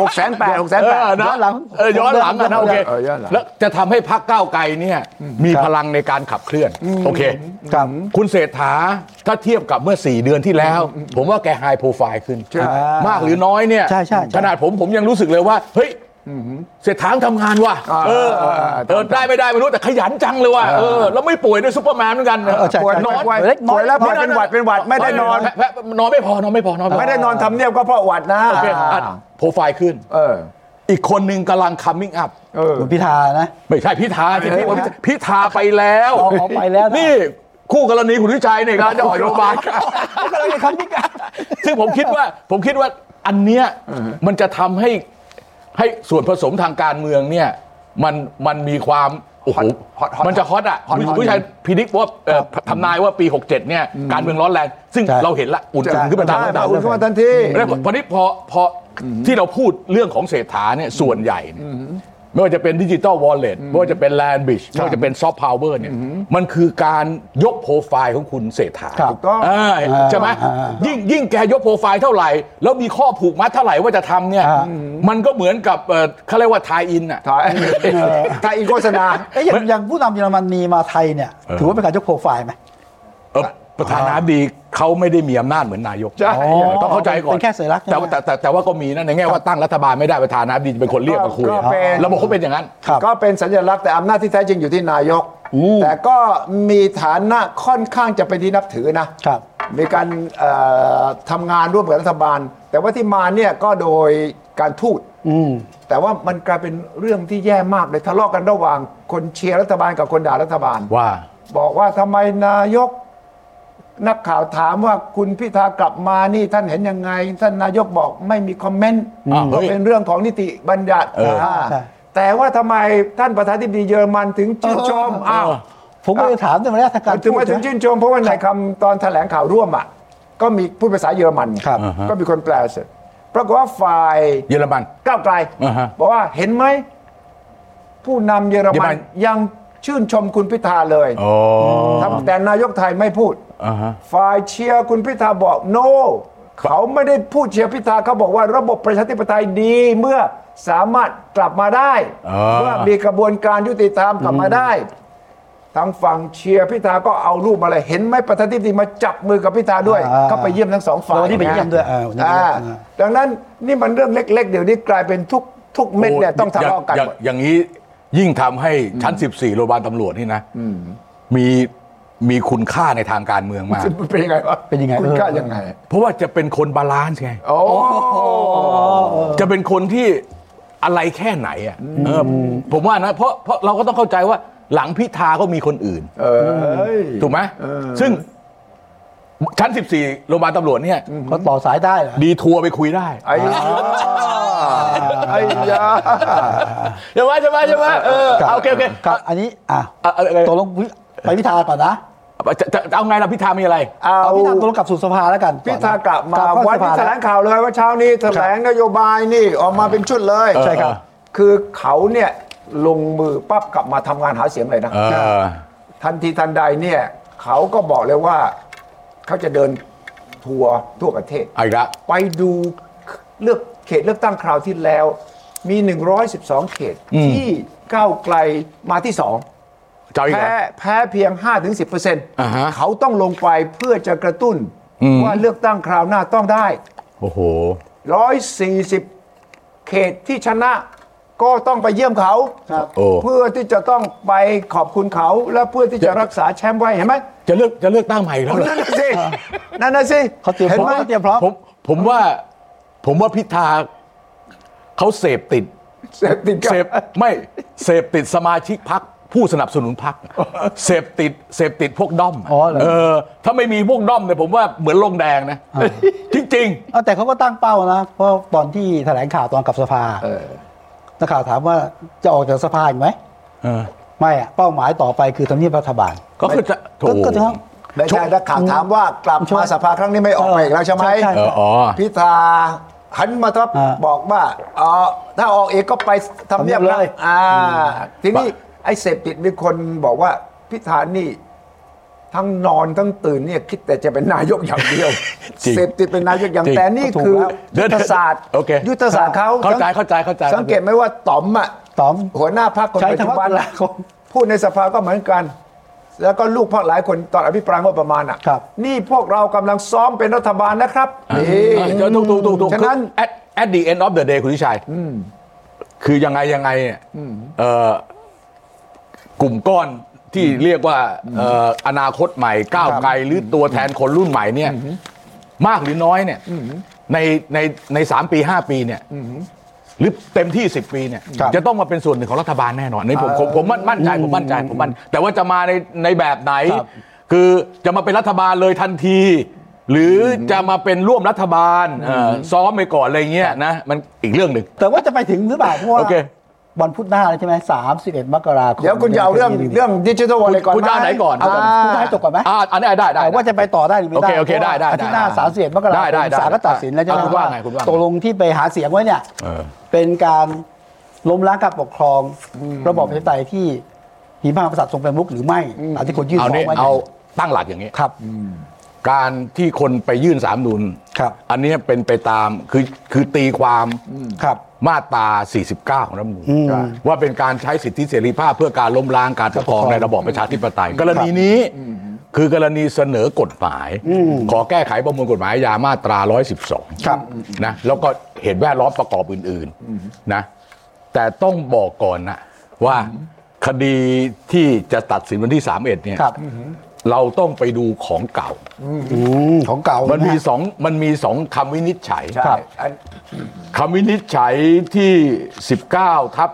หกแสนแปดหกแสน
เอ
แปด
อนะ
ย้อนหลัง
เออย้อนหลังอะนะโอเค
เออย้อนหลัง
แล้วจะทำให้พักก้าวไกลเนี่ย มีพลังในการขับเคลื่อน โอเค
ครับ
คุณเศรษฐาถ้าเทียบกับเมื่อ 4 เดือนที่แล้ว ผมว่าแกไฮโปรไฟล์ขึ้น
ใช่
มากหรือน้อยเนี่ย
ใช่ใช่ใช่
ขนาดผมผมยังรู้สึกเลยว่า เฮ้ยเศรษฐาทำงานว่ะ
อ่า
เออ
อ่าอ่าอ่า
เออได้ไม่ได้ไม่รู้แต่ขยันจังเลยว่ะเออแล้วไม่ป่วยด้วยซุปเปอร์แมนเหมือนกัน
เออใช่
ป่วย
ใช่
นอนป่วย
เล็กน้อย
ป่วยแล้ว เป็นหดเป็นหวัดไม่ได้นอน
แพะแพะนอนไม่พอนอนไม่พอนอนพอ
ไม่ได้นอนทำเนียบก็เพราะหวัดนะ
โอเคอ่ะโปรไฟล์ขึ้น
เออ
อีกคนหนึ่งกำลัง coming up
เออ
คุณพิธานะ
ไม่ใช่พิธาที่พี่พิธาไปแล้ว
อ๋ออ๋อไปแล้วนะ
นี่คู่กรณีคุณวิชัยเนี่ยกำลังจะออกจากโรงพยาบาล
ก็เลยคำนี้กัน
ซึ่งผมคิดว่าผมคิดว่าอันเนี้ยมันจะทำให้ให้ส่วนผสมทางการเมืองเนี่ยมันมันมีความ โอ้โห
Hot- hot- hot-
มันจะฮอตอ่ะ
hot- hot
ผู้ชายพินิจว่าเอ่อทำนายว่าปี 67 เนี่ย การเมืองร้อนแรง ซึ่ง
ใช่
เราเห็นละ อุ่นอุ่นขึ้นมาตาม
ใช่
ลำดับ
อุ่นขึ้นมาทันที
แล้วพอนี้พอพอที่เราพูดเรื่องของเศรษฐาเนี่ยส่วนใหญ่เนี่ยไม่ว่าจะเป็นดิจิ t a ลวอลเล็ตไม่ว่าจะเป็นแลนบิชไม่ว่าจะเป็นซอฟต์พาวเวอร์เนี่ยมันคือการยกโปรไฟล์ของคุณเศรษฐา
ครับ
ถูกต้อง
อ่าใช่ไหม
อ่า
ยิ่งยิ่งแกยกโปรไฟล์เท่าไหร่ แล้วมีข้อผูกมัดเท่าไหร่ว่าจะทำเนี่ย
อ่า
มันก็เหมือนกับเอ่อเขาเรียกว่าทายอินอ่ะ
ถ่ายถ่ายอีกโฆษณา
เอ้ยอย่างอย่างผู้นำเยอรมนีมาไทยเนี่ย ถือว่าเป็นการยกโปรไฟล์ไหม
เอ่อประธานาธิบดีเขาไม่ได้มีอำนาจเหมือนนายก
ใช่
เออต้องเข้าใจก่อน
เป็นแค่สัญลักษณ์
แต่ว่าแต่แต่แต่ว่าก็มีนะในแง่ว่าตั้งรัฐบาลไม่ได้ประธานาธิบดีจะเป็นคนเรียกมาคุย
ก็เป็น
ระบบเขาเป็นอย่างนั้น
ครับ
ก็เป็นสัญลักษณ์แต่อำนาจที่แท้จริงอยู่ที่นายก แต่ก็มีฐานะค่อนข้างจะเป็นที่นับถือนะ
ครับ
มีการเอ่อทำงานร่วมกับรัฐบาล แต่ว่าที่มาเนี่ยก็โดยการทูต
อืม
แต่ว่ามันกลายเป็นเรื่องที่แย่มากเลยทะเลาะกันระหว่างคนเชียร์รัฐบาลกับคนด่ารัฐบาล
ว่า
บอกว่าทำไมนายก นักข่าวถามว่าคุณพิธากลับมานี่ท่านเห็นยังไง ท่านนายกบอกไม่มีคอมเมนต์
อ้าวเฮ้ย
เป็นเรื่องของนิติบัญญัติ
เอออ่
า
ใช่
แต่ว่าทำไมท่านประธานาธิบดีเยอรมันถึงชื่นชมอ้าว
ผมก็เลยถามในวรรณการ
ถึงว่า
พู
ถึ
ด
ง
นะ
ชื่นชมเพราะว่าในคำตอนแถลงข่าวร่วมอ่ะก็มีพูดภาษาเยอรมันไง
ครับ
ก็มีคนแปลเสร็จปรากฏว่าฝ่าย
เยอรมัน
ก้าวไกล
อ่าฮะ
บอกว่าเห็นไหม ผู้นำเยอร
เยอร
มั
มัน น
ยังชื่นชมคุณพิธาเลย
อ๋อ
ทำแต่นายกไทยไม่พูด
อ่าฮะ
ฝ่ายเชียร์คุณพิธาบอกโน no, เขาไม่ได้พูดเชียร์พิธาเขาบอกว่าระบบประชาธิปไตยดีเมื่อสามารถกลับมาได้
อ่า
เมื่อมีกระบวนการยุติธรรมกลับมาได้ ทางฝั่งเชียร์พิธาก็เอารูปมาเลยเห็นไหมประธานาธิบดีมาจับมือกับพิธาด้วย
อ่า
เขาไปเยี่ยมทั้งสองฝ่าย
วันนี้ไปเยี่ยมด้วยเออวันนี้ไปเยี่ยม
อ่า
อ่า
ดังนั้นนี่มันเรื่องเล็ก ๆ เดี๋ยวนี้กลายเป็นทุกทุกเม็ดเนี่ยต้องทะเลาะกัน
ย่าง
หมด
ย่างอย่างนี้ยิ่งทำให้ชั้น 14 โรงพยาบาลตำรวจนี่นะมีมีคุณค่าในทางการเมืองมาก
เป็นยังไงวะ
เป็นยังไง
คุณ
เออ
ค่ายังไง
เพราะว่าจะเป็นคนบาลานซ์ไง
โอ้
จะเป็นคนที่อะไรแค่ไหนอ่ะเออผมว่านะเพราะเพราะเราก็ต้องเข้าใจว่าหลังพิธาก็มีคนอื่น
เออ
ถูกไหม
เออ
ซึ่งชั้น 14 โรงพยาบาลตำรวจเนี่ย
เขาต่อสายได้เหรอ
ดีทัวร์ไปคุยได้
ไอ้ยาไอ้ยา
ใช่ไหมใช่ไหมใช่ไหมเออ
ครับ
เอาโอเคโอเค
ครับ อันนี้อ่ะ
เอาเอาเอา
ตกลงวิไปพิธาก่อนนะ
จะจะจะเอาไงล่ะพิธามีอะไร
เอา
เอาพิธาตกลงกลับสู่สภาแล้วกันอน
พิ
นะ
ธากลับมา
เข้
วัน
สภ
ที่แถล
แล้
งข่าวเลยว่าเช้านี้แถลงนโยบายนี่ออกมาเป็นชุดเลย
ใช่ครับ
คือเขาเนี่ยลงมือปั๊บกลับมาทำงานหาเสียงเลยนะ
เออ
ทันทีทันใดเนี่ยเขาก็บอกเลยว่าเขาจะเดินทัวร์ทั่วประเทศ
เอาอีกแล้ว
ไปดูเลือกเขตเลือกตั้งคราวที่แล้ว มี 112 เขตที่ก้าวไกลมาที่สอง
เจ้าอีกแล้
แพ้
ว
แพ้เพียง 5-10%
อ่าฮะ
เขาต้องลงไปเพื่อจะกระตุ้น ว่าเลือกตั้งคราวหน้าต้องได้
โอ้โห
140 เขตที่ชนะ ก็ต้องไปเยี่ยมเขา
โอ้
เพื่อที่จะต้องไปขอบคุณเขาและเพื่อที่จะรักษาแชมป์ไว้เห็นไหม
จะเลือกจะเลือกตั้งใหม่อีกแล้วเหรอ
นั่นน่ะสินั่นน่ะสิ
เขาเตรียมพ
ห็น
ร้อม
ไหม
เขาเตรียมพร้อม
ผมผมว่าผมว่าพิธาเขาเสพติด
เสพติดกับ
เสพไม่เสพติดสมาชิกพักผู้สนับสนุนพักเสพติดเสพติดพวกด้อม
อ๋อเหรอ
เออ ถ้าไม่มีพวกด้อมเนี่ยผมว่าเหมือนลงแดงนะ จริง
เอาแต่เขาก็ตั้งเป้านะ เพราะตอนที่แถลงข่าวตอนกลับสภา
เออ
นักข่าวถามว่าจะออกจากสภาอีกไหม
ๆเออ
ไม่อะเป้าหมายต่อไปคือทำเนียบรัฐบาล
ก็คือจะโถู
ก็ก็จะ
ได้ใช่นักข่าวถามว่ากลับมาสภาครั้งนี้ไม่ออกมาอีกแล้วใช่ไหม
ใช่ใช่
เอออ๋อ
พิธาหันมาทับ
อ่า
บอกว่าเออถ้าออกเอกก็ไปทำเนียบ
ทำเนียบ
นะ
เลย
อ่า ทีนี้ไอ้เสพติดมีคนบอกว่า พิธานี่ ทั้งนอนทั้งตื่นเนี่ยคิดแต่จะเป็นนายกอย่างเดียว
จริง
เสพติดเป็นนายกอย่าง
จริง
แต่นี่คือ
เดี๋
ยุ
ยว
ทธศาสตร์
โอเค
ยุทธศาสตร์เขา
เข้าใจเข้าใจเข้าใจ
สังเกตไหมว่าต๋อมอ่ะ
ต๋อม
หัวหน้าพรรคคน
ใช้
ปัจ
คำ
จุ
ว่า
บัน
ตุลาคม
พูดในสภาก็เหมือนกัน แล้วก็ลูกพ่อหลายคนตอนอภิปรายงบประมาณอ่ะ
ครับ
นี่พวกเรากำลังซ้อมเป็นรัฐบาลนะครับนี่
เออจะถูกถูกถูกถูก
ฉะนั้น
คือ at at the end of the day คุณทิชัยคือยังไงยังไงเนี่ยเอ่อกลุ่มก้อนที่เรียกว่าเอ่ออนาคตใหม่ก้าวไกลหรือตัวแทนคนรุ่นใหม่เนี่ยมากหรือน้อยเนี่ยในในในสามปีห้าปีเนี่ยหรือเต็มที่สิบปีเนี่ย
ครับ
จะต้องมาเป็นส่วนหนึ่งของรัฐบาลแน่นอนในผมผมผมมั่นมั่นใจผมมั่นใจผมมั่นแต่ว่าจะมาในในแบบไหน
ครับ
คือจะมาเป็นรัฐบาลเลยทันที หรือจะมาเป็นร่วมรัฐบาลเอ่อซ้อมไปก่อนอะไรเงี้ยนะ มันอีกเรื่องหนึ่ง
แต่ว่าจะไปถึงหรือเปล่าเพราะว่า
โอเค
วันพุธหน้าเลยใช่ไหมสามสิบเอ็ดมกราคม
เดี๋ยวคุณจะเอาเรื่องเรื่องดิจิทัลวอลเล็ตก่อน
คุณจะเอาไหนก่อน
เอาก่อนคุณจะให้จบก่อนไหม
อ่าอันนี้ได้ได้
แต่ว่าจะไปต่อได้หรือไม่ได้
โอเคโอเคได้ได้
พราะว่าอาทิตย์หน้า
ได้
สามสิบเอ็ดมกราค
ได้ได้
ม
ได้
ศาลก็ตัดสินแล้วใช่ไหม
อ่ะคุณว่าไงคุณว่าไง
ตกลงที่ไปหาเสียงไว้เนี่ย
เออ
เป็นการล้มล้างการปกครองระบอบประชาธิปไตยที่หิมหากษัตริย์ทรงเป็นมุขหรือไม่ตามที่คนยื่น
เอา
ฟ้อ
เนี่ย
งไว้
เอาตั้งหลักอย่างนี้
ครับ
การที่คนไปยื่นสามนุน
ครับ
อันเนี้ยเป็นไปตามคือคือตีความ
ครับ
มาตรา 49 ของรัฐธรรมนูญ
อืม
ว่าเป็นการใช้สิทธิเสรีภาพเพื่อการล้มล้างการปกครองในระบอบประชาธิปไตย กรณีนี้คือกรณีเสนอกฎหมาย ขอแก้ไขประมวลกฎหมายอาญามาตรา 112
ครับ
นะแล้วก็เหตุแวดล้อมประกอบอื่นๆนะแต่ต้องบอกก่อนนะว่าคดีที่จะตัดสินวันที่ 31เนี่ย
ครับ
เราต้องไปดูของเก่า
มของเก่า
มั
มัน
มีสองมันมีสองคำวินิจฉัย
ใช่อัน
คำวินิจฉัยที่ 19ทับ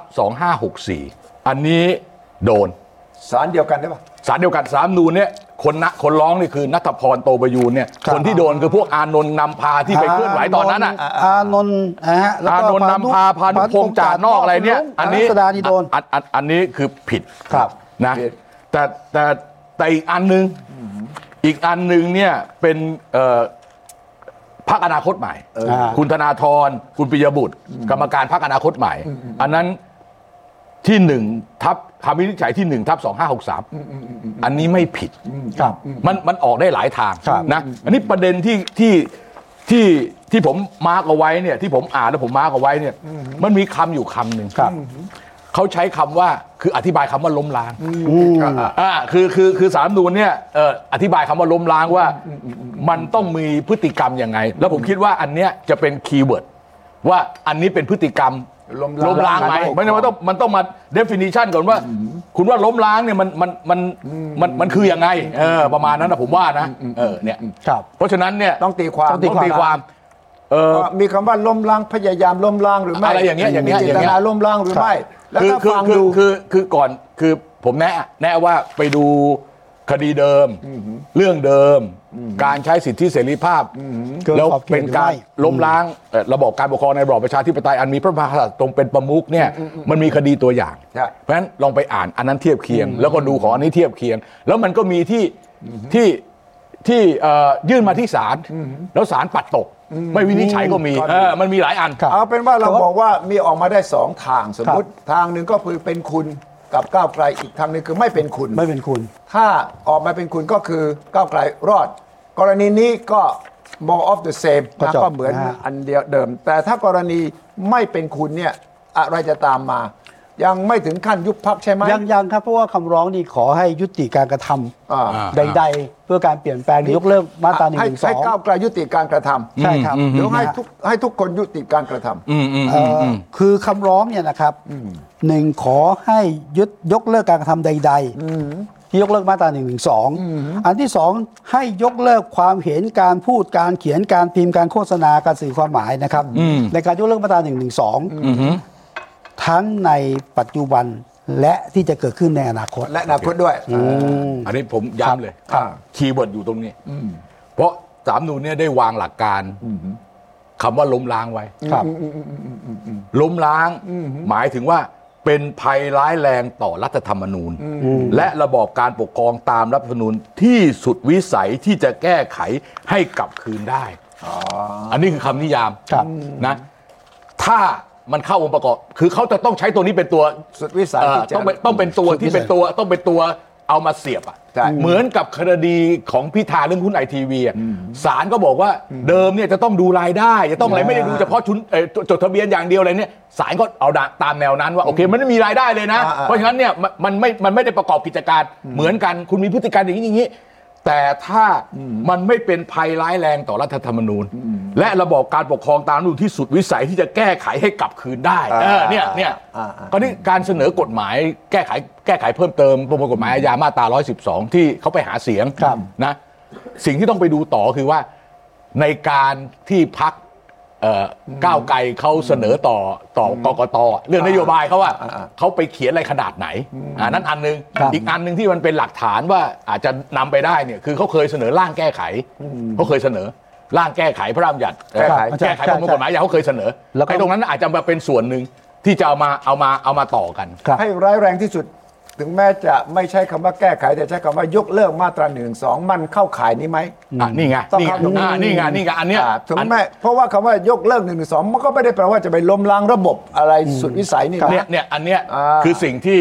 2564 อันนี้โดน
สารเดียวกันได้ปะ
สารเดียวกันสามนูนเนี่ยคนนะคนร้องนี่คือนัทพรโตประยูนเนี่ยคนที่โดนคือพวกอานนท์นำพาที่ไปเคลื่อนไหวตอนนั้นอ่ะ
อานนท์นะฮะแล้วก็
อานนท์นำพาพานุพงษ์จาดนอกอะไรเนี่ย
อั
อั
น
น
นี้
นี้
สดานีโดน
อัอัอันนี้คือผิด
ครับ
นะ
ผิด
แต่แต่แต่อีกอันหนึงอีกอันหนึงเนี่ยเป็นเอ่อพักอนาคตใหม่
อ่า
คุณธนาธรคุณปิยบุตร กรรมการพักอนาคตใหม่ อันนั้นที่หนึ่งทับคำวินิจฉัยที่หนึ่งทับสองห้าหกสามอันนี้ไม่ผิด
ครับ
มันมันออกได้หลายทาง
ครับ
นะ อันนี้ประเด็นที่ที่ที่ที่ผมมาร์กเอาไว้เนี่ยที่ผมอ่านแล้วผมมาร์กเอาไว้เนี่ย มันมีคำอยู่คำหนึ่ง
ครับ
เขาใช้คำว่าคืออธิบายคำว่าล้มล้าง
ม
อ่าคือคือคือสารรัฐธรรมนูนเนี่ยเอ่ออธิบายคำว่าล้มล้างว่ามันต้องมีพฤติกรรมยังไง แล้วผมคิดว่าอันเนี้ยจะเป็นคีย์เวิร์ดว่าอันนี้เป็นพฤติกรรม
ล้มล้าง
ล้มล้างไหมไม่ได้มันต้องมันต้องมา definition ก่อนว่า คุณว่าล้มล้างเนี่ยมันมันมันมันมันคือยังไงเออประมาณนั้นนะผมว่านะเออเนี่ย
ครับ
เพราะฉะนั้นเนี่ย
ต้องตีความ
ต้องตีความเออ
ว่ามีคำว่าล้มล้างพยายามล้มล้างหรือไม่
อะไรอย่างเงี้ยอย่างเงี้ย
มี
อ
เจ
ย่าง
ต
เงี้ย
นาล้มล้างหรือไม่ แล้ว
คือ
ถ้า
คือ
ฟัง
คือ
ดู
คือคือก่อนคือผมแนะแนะว่าไปดูคดีเดิม เรื่องเดิม การใช้สิทธิเสรีภาพ
เกิน
แล้ว
ขอบเขต
เป็น
หรือ
การ
ไม่
ล้มล้างเอ่อระบอบการปกครองในระบอบประชาธิปไตยอันมีพระมหากษัตริย์ทรงเป็นประมุขเนี่ยมันมีคดีตัวอย่าง
ใช่
เพราะฉะนั้นลองไปอ่านอันนั้นเทียบเคียง แล้วก็ดูของอันนี้เทียบเคียง แล้วมันก็มีที่ที่ที่เอ่อยื่นมาที่ศาลแล้วศาลปัดตก ไม่วินิจฉัยก็มีเออมันมีหลายอัน
ครับ
เอาเป็นว่าเราบอกว่ามีออกมาได้สองทางสมมติทางหนึ่งก็คือเป็นคุณกับก้าวไกลอีกทางหนึงคือไม่เป็นคุณ
ไม่เป็นคุณ
ถ้าออกมาเป็นคุณก็คือก้าวไกลรอด กรณีนี้ก็ more of the same
ก็
นะ
จบ
ก็เหมือน
นะฮะ
อันเดียวเดิม แต่ถ้ากรณีไม่เป็นคุณเนี่ยอะไรจะตามมา ยังไม่ถึงขั้นยุบพักใช่ไหม
ยังยังครับเพราะว่าคำร้องนี่ขอให้ยุติการกระท
อ่า
ำใด ๆ เพื่อการเปลี่ยนแปลงหรือยกเลิกมาตราหนึ่ง
ให้
หนึ่งสอ
ให้
ง
ก้าวไกลยุติการกระทำ
ใช่ครับ
หรือให้ทุกให้ทุกคนยุติการกระทำ
เอ่ออคือคำร้องเนี่ยนะครับหนึ่งขอให้ยึดยกเลิกการกระทำใดๆที่ยกเลิกมาตราหนึ่งหนึ่งสองอันที่สองให้ยกเลิกความเห็นการพูดการเขียนการพิมพ์การโฆษณาการสื่อความหมายนะครับ ในการยกเลิกมาตราหนึ่งหนึ่งสองทั้งในปัจจุบันและที่จะเกิดขึ้นในอนาคต
และอนาคตด้วย
อันนี้ผมย้ำเลย
ครับ
คีย์เวิร์ดอยู่ตรงนี้เพราะสามนูนเนี่ยได้วางหลักการคำว่าล้มล้างไว้
ครับ
ล้มล้าง หมายถึงว่าเป็นภัยร้ายแรงต่อรัฐธรรมนูญ และระบอบการปกครองตามรัฐธรรมนูญที่สุดวิสัยที่จะแก้ไขให้กลับคืนได้ อันนี้คือคำนิยาม
ครับ
นะ ถ้ามันเข้าองค์ประกอบ คือเขาจะต้องใช้ตัวนี้เป็นตัว
สุดวิสัย
เอ่อ
ที่จะ
ต้องเป็นต้องเป็นตัวที่เป็นตัวต้องเป็นตัวเอามาเสียบอ่ะ
ใช่
เหมือนกับคดีของพิธาเรื่องหุ้นไอทีวีอ่ะศาลก็บอกว่าเดิมเนี่ยจะต้องดูรายได้ จะต้องอะไรไม่ได้ดูเฉพาะชุนเอ่อจจดทะเบียนอย่างเดียวอะไรเนี่ยศาลก็เอาดะตามแนวนั้นว่าโอเคมันไม่มีรายได้เลยนะ เพราะฉะนั้นเนี่ยมันมันไม่มันไม่ได้ประกอบกิจการเหมือนกันคุณมีพฤติการอย่างนี้อย่างนี้ แต่ถ้ามันไม่เป็นภัยร้ายแรงต่อรัฐธรรมนูญ และระบอบการปกครองตามรัฐธรรมนูญที่สุดวิสัยที่จะแก้ไขให้กลับคืนได้เออเนี่ยเนี่ย
อ่าอ่า
ก็นี่การเสนอกฎหมายแก้ไขแก้ไขเพิ่มเติมประมวลกฎหมายอาญามาตรา 112 ที่เขาไปหาเสียง
ครับ
นะสิ่งที่ต้องไปดูต่อคือว่าในการที่พักก้าวไกลเขาเสนอต่อต่อกกตเรื่องนโยบายเขาว่า
อ่าอ่า
เขาไปเขียนอะไรขนาดไหนอ่านั้นอันหนึง อีกอันหนึงที่มันเป็นหลักฐานว่าอาจจะนำไปได้เนี่ยคือเขาเคยเสนอร่างแก้ไขเขาเคยเสนอร่างแก้ไขพระราชบัญญัติ
แก้ไข
แก้ไขประมวลกฎหมายอาญาเขาเคยเสนอ
แล้วก็
ไอ้ตรงนั้นอาจจะมาเป็นส่วนหนึ่ง ที่จะเอามาเอามาเอามาต่อกัน
ครับ
ให้ร้ายแรงที่สุด ถึงแม้จะไม่ใช้คำว่าแก้ไข แต่ใช้คำว่ายกเลิกมาตราหนึ่งสองมันเข้าข่ายนี้ไหม
อ่ะนี่ไง
ต้อง
นี่ไง
เข้าตรงนี้
อ่านี่ไงนี่ไงอันเนี้ย
อ่าถึง
อัน
แม้เพราะว่าคำว่ายกเลิกหนึ่งหรือสองมันก็ไม่ได้แปลว่าจะไปล้มล้างระบบอะไรสุดวิสัยนี่
เนี่ย
นะ
เนี่ยอันเนี้ย
อ่า
คือสิ่งที่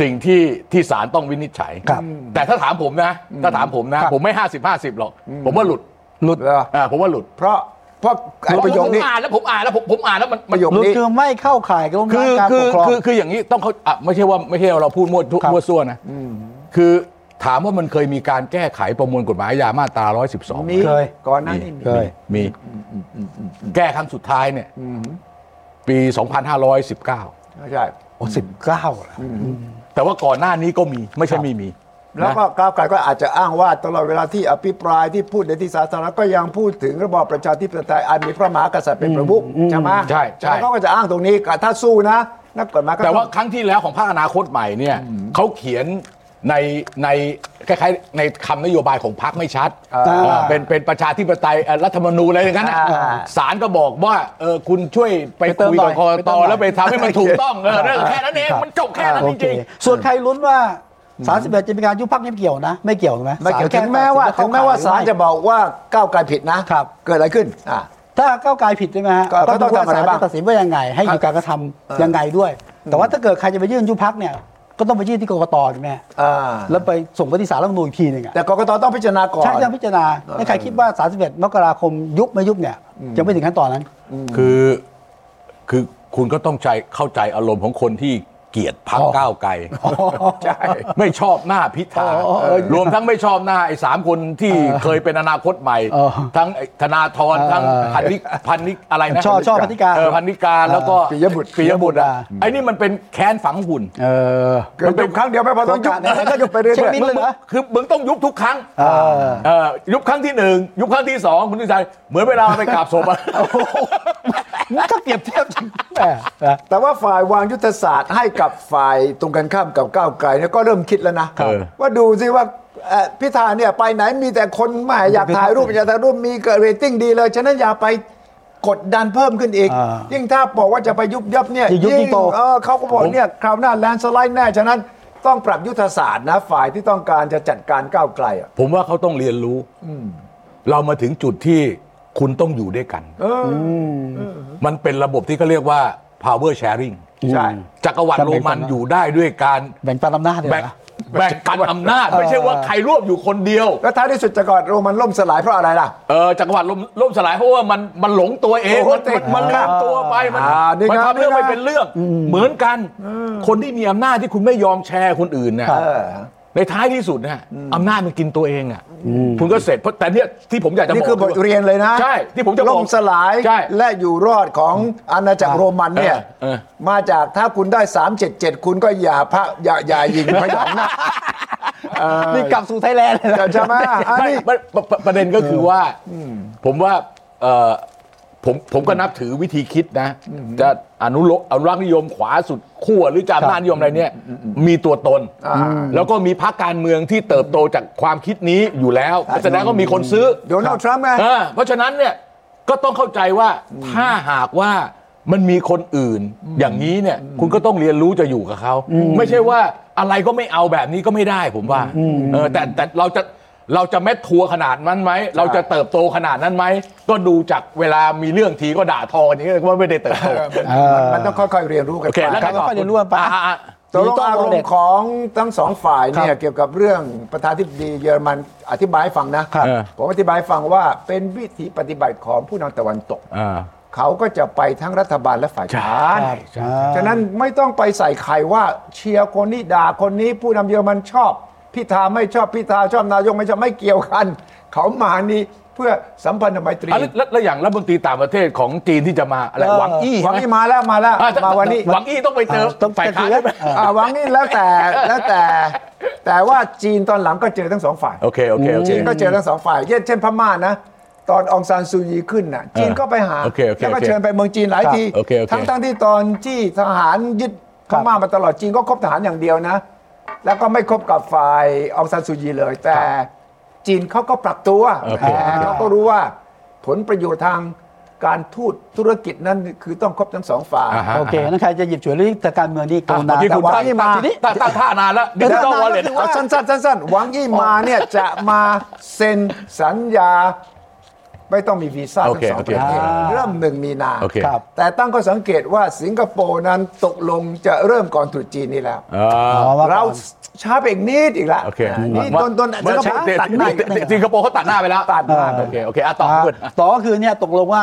สิ่งที่ที่ศาลต้องวินิจฉัย
ครับ
แต่ถ้าถามผมนะ ถ้าถามผมนะ ผมไม่ 50 50 หรอก ผมว่าหลุด
หลุดเหรอ
อ่าผมว่าหลุด
เพราะเพราะไอ้ประโยคนี้
ผมอ่านแล้วผมอ่านแล้วผมผมอ่านแล้วมัน
ประโยค
หลุด
นี้
คือไม่เข้าข่ายกับ
คือ
การ
คื
ป
อก
ครอง
คือคืออย่างนี้ต้องเขาอ่ะไม่ใช่ว่าไม่ใช่ว่าเราพูดมั่วทั่ว
ครับ
มั่วซั่วนะคือถามว่ามันเคยมีการแก้ไขประมวลกฎหมายอาญามาตรา 112ไหม
มี
เคย
ก่อนหน้านี้มี
เคย
มีแก้ครั้งสุดท้ายเนี่ยปี 2519
ไม่ใช่
โอ้สิบเก้าแล้ว
แต่ว่าก่อนหน้านี้ก็มีไม่ใช่ไม่มี
แล้วก็ก้าวไกลก็อาจจะอ้างว่าตลอดเวลาที่อภิปรายที่พูดในที่สาธารณะก็ยังพูดถึงระบอบประชาธิปไตยอันมีพระมหากษัตริย์เป็นประมุขใช่ไหม
ใช่ใช่
เขาก็จะอ้างตรงนี้ถ้าสู้นะ นักกฎหมายก็
แต่
อง
ว่าครั้งที่แล้วของภาคอนาคตใหม่เนี่ยเขาเขียนในในคล้ายๆในคำนโยบายของพรรคไม่ชัด
อ่า
เออเป็นเป็นประชาธิปไตยเอ่อรัฐธรรมนูญอะไรอย่างนั้นน่ะ
อ่า
ศาลก็บอกว่าเออคุณช่วยไป
ไปเติม
คุย
หน่
กั
อบ ย
คอ
ไปเติ
ต
มหน่อย
แล้วไปทำให้มันถูกต้องเออเรื่องแค่นั้นเองมันจบแค่นั้น
โอ
จ
เค
ริงๆ
ส่วนใครลุ้นว่า 31 จะมีการยุบพักนี่ไม่เกี่ยวนะ ไม่เกี่ยวใช่ไหม
ไม่เกี่ยว
ศล
ถึงแม้ว่า
ตัด
ถึ
สิน
งแม้ว่า
เข้
ศาล
ข่ยหอไม่
จะบอกว่าก้าวไกลผิดนะ
ครับ
เกิดอะไรขึ้นอ่ะ
ถ้าก้าวไกลผิดใช่ไหมฮะ
ก็ก็ต้อง
ดูว่
ทำอะไร
ศล
บ้าง
จตัดสินว่ายังไง ให้มีการกระทำ
เออ
ยังไงด้วย แต่ว่าถ้าเกิดใครจะไปยื่นยุบพักเนี่ย ก็ต้องไปยื่นที่กกตใช่ไหม
อ่า
แล้วไปส่งไปที่ศาลรัฐธรรมนูญอีกทีหนึ่งอะ
แต่กกตต้องพิจารณาก่อน
ใช่ต้องพิจารณาให้ใครคิดว่า 31 มกราคมยุบไม่ยุบเนี่ยยังไม่ถึงขั้นตอนนั้น
คือคือคุณก็ต้องใจเข้าใจอารมณ์ของคนที่เกลียดพักก้าวไกลใช่ไม่ชอบหน้าพิธา
อ๋อเออ
รวมทั้งไม่ชอบหน้าไอ้สามคนที่เคยเป็นอนาคตใหม่
เออ
ทั้งไอ้ธนาธร
เออ
ทั้งพันนิพันนิอะไรนะ
ชอบชอบพันนิกา
เออพันนิกาแล้วก็
ปิยบุตร
ปิยบุตรอ่ะ
อ่า
ไอ้นี่มันเป็นแค้นฝังหุ่น
เออ
เกิดยุบครั้งเดียวไม่พอต้องยุบ
โอกาส
แล้วก็ยุบไปเรื่
เช็ค
อย
บิ
ๆ
เลยเหรอ
คือมึงต้องยุบทุกครั้ง
เออ
เออยุบครั้งที่หนึ่งยุบครั้งที่สองคุณทิชัยเหมือนเวลาไปกราบศพอะ
ถ้าเปรียบเทียบจริงแหม่นะ
แต่ว่าฝ่ายวางยุทธศาสตร์ให้กับฝ่ายตรงกันข้ามกับก้าวไกลเนี่ยก็เริ่มคิดแล้วนะ
ครับ
ว่าดูสิว่าเอ่อพิธาเนี่ยไปไหนมีแต่คนแหมาอยากถ่ายรูปอยากถ่ายรูปมีเกิดเรตติ้งดีเลย ฉะนั้นอย่าไปกดดันเพิ่มขึ้นอีก
อ่ายิ่
ยิ่งถ้าบอกว่าจะไปยุบยับเนี่ย
ยิ่งยุบยิ่งโต
เออเขาก็บอกเนี่ยคราวหน้าแลนสไลด์แน่ ฉะนั้นต้องปรับยุทธศาสตร์นะฝ่ายที่ต้องการจะจัดการก้าวไกลอ่ะ
ผมว่าเขาต้องเรียนรู้ เรามาถึงจุดที่คุณต้องอยู่ด้วยกัน
เอออ
มันเป็นระบบที่เขาเรียกว่า power sharing
ใช่
จักรวรรดิ
จำ
โร
เป็น
มัน
จำเป็น
อยู่ได้ด้วยการ
แบ่งปันอำนาจเลย
แบ่ง
นะ
แบ่งปันอำนาจ ไม่ใช่ว่าใครรวบอยู่คนเดียว
แล้วท้ายที่สุดจักรวรรดิโรมันล่มสลายเพราะอะไรล่ะ
เออจักรวรรดิล่มล่มสลายเพราะว่ามันมันหลงตัวเอง
โอ้โห
มัน
ติด
มันลืมตัวไป มัน
อ่านี่
มัน
ครับ
ทำเรื่อง
นี่
ไม่
นะ
เป็นเรื่อง เหมือนกัน คนที่มีอำนาจที่คุณไม่ยอมแชร์คนอื่นเนี่ย
เออ
ในท้ายที่สุดนะฮะอำนาจมันกินตัวเองอ่ะคุณก็เสร็จเพราะแต่เนี่ยที่ผมอยากจะบอก
นี่คือบทเรียนเลยนะ
ใช่ ที่ผมจะบอก
ล่มสลาย
ใช่
และอยู่รอดของอาณาจักรโรมันเนี่ย
เออเออ
มาจากถ้าคุณได้ 377 คุณก็อย่าพระอย่าอย่ายิงพยองนะ
นี่กลับสู่ไทยแลนด์เลยนะ
จะใช่ไหมอัน
ไม่
นี้
ประประประประเด็นก็คือว่าผมว่าเอ่อผมผมก็นับถือวิธีคิดนะ จะอนุโลมอนุรักษ์นิยมขวาสุดขั้วหรือจะอำนาจนิยมอะไรเนี่ย มีตัวตน
อ่า
แล้วก็มีพรรคการเมืองที่เติบโตจากความคิดนี้อยู่แล้วแสดงว่ามีคนซื้อ
โดนัลด์ทรัมป์ไง
เออเพราะฉะนั้นเนี่ยก็ต้องเข้าใจว่าถ้าหากว่ามันมีคนอื่น อย่างนี้เนี่ยคุณก็ต้องเรียนรู้จะอยู่กับเขาไม่ใช่ว่าอะไรก็ไม่เอาแบบนี้ก็ไม่ได้ผมว่าเออแต่แต่เราจะเราจะแมททัวร์ขนาดนั้นไหม เราจะเติบโตขนาดนั้นไหม ก็ดูจากเวลามีเรื่องทีก็ด่าทอกันนี้ว่าไม่ได้เติบโต
มันมันต้องค่อยๆเรียนรู้กัน
โอเค
ไป
แล้วไงต่อ
ค่อยๆเรียนรู้กันไป
อ่า
ตกลงอารมณ์ของทั้งสองฝ่ายเนี่
ครับ
ยเกี่ยวกับเรื่องประธานทิบดีเยอรมันอธิบายให้ฟังนะครับ
เออ
ผมอธิบายให้ฟังว่าเป็นวิธีปฏิบัติของผู้นำตะวันตก
อ่า
เขาก็จะไปทั้งรัฐบาลและฝ่ายค้าน
ใช่
ฉะนั้นไม่ต้องไปใส่ไข่ว่าเชียร์คนนี้ด่าคนนี้ผู้นำเยอรมันชอบ พิธาไม่ชอบพิธาชอบนายกไม่ชอบไม่เกี่ยวกัน เขามานี่เพื่อสัมพันธไมตรี
อ่ะแล้วแล้วแล้วอย่างรัฐมนตรีต่างประเทศของจีนที่จะมาอะไร
เออ
หวังอี้
ห
ใช่
วัง
ไหม
นี่มาแล้วมาแล้ว
อ่ะ
มาวันนี้
หวังอี้ต้องไปเจอ
ต้อง
ฝ่ายค้านใช่ไหม
เออ
อ่ะหวังนี่แล้วแต่แล้วแต่ แต่ว่าจีนตอนหลังก็เจอทั้งสองฝ่าย
โอเค โอเค โอเค
จีนก็เจอทั้งสองฝ่าย เช่นเช่นพม่านะ ตอนองซานซูยีขึ้นน่ะ จีนก็ไปหา
โอเคโอเค
แล้วก็
โอเค
เชิญไปเมืองจีนหลาย
ครับ
ที
โอเคโอเค
ทั้งทั้งที่ตอนที่ทหารยึดพ
ครับ
ม่ามาตลอดจีนก็คบทหารอย่างเดียวนะ แล้วก็ไม่คบกับฝ่ายองซานซูยีเลย แต่จีนเขาก็ปรับตัว
โอเค
แต่เขาก็รู้ว่าผลประโยชน์ทาง การทูตธุรกิจนั้นคือต้องครบทั้งสองฝ่าย
อ่าฮะ
โอเคนั่นใครจะหยิบฉวยเรื่องแต่การเมืองนี่ก
อ่ะ
รุ
เมื่
ณา
อกี้
แต่
คุณ
ว่า
ตั้ง
ที่มา
ตั้ง
ทีนี้
ตั้งตั้งท่านานแล้วดิจิตอลวอลเล็ต
ตั้ง
เอาสั้นๆสั้นๆหวังยี่มาเนี่ยจะมาเซ็นสัญญา ไม่ต้องมีวีซ่า
โอ
ทั้
เค
งสองประเทศ
โอเค
เริ่มหนึ่งมีนา
โอเค
ครับ
แต่ตั้งก็สังเกตว่าสิงคโปร์นั้นตกลงจะเริ่มก่อนตรุษจีนนี่แล้ว
เออ
อ๋อว่าก่อน
เราช้าไปอีกนิดอีกละ
โอเค
นี่ต้นต้นอาจ
เมื่อ
จะ
เช้า
ช้า
เตะ
ตัดหน้าอีกนิด
สิงคโปร์เขาตัดหน้าไปแล้ว
ตัดหน้าไป
โอเคโอเคอ่ะต่อ
อ่า
คุณ
ต่อก็คือเนี่ยตกลงว่า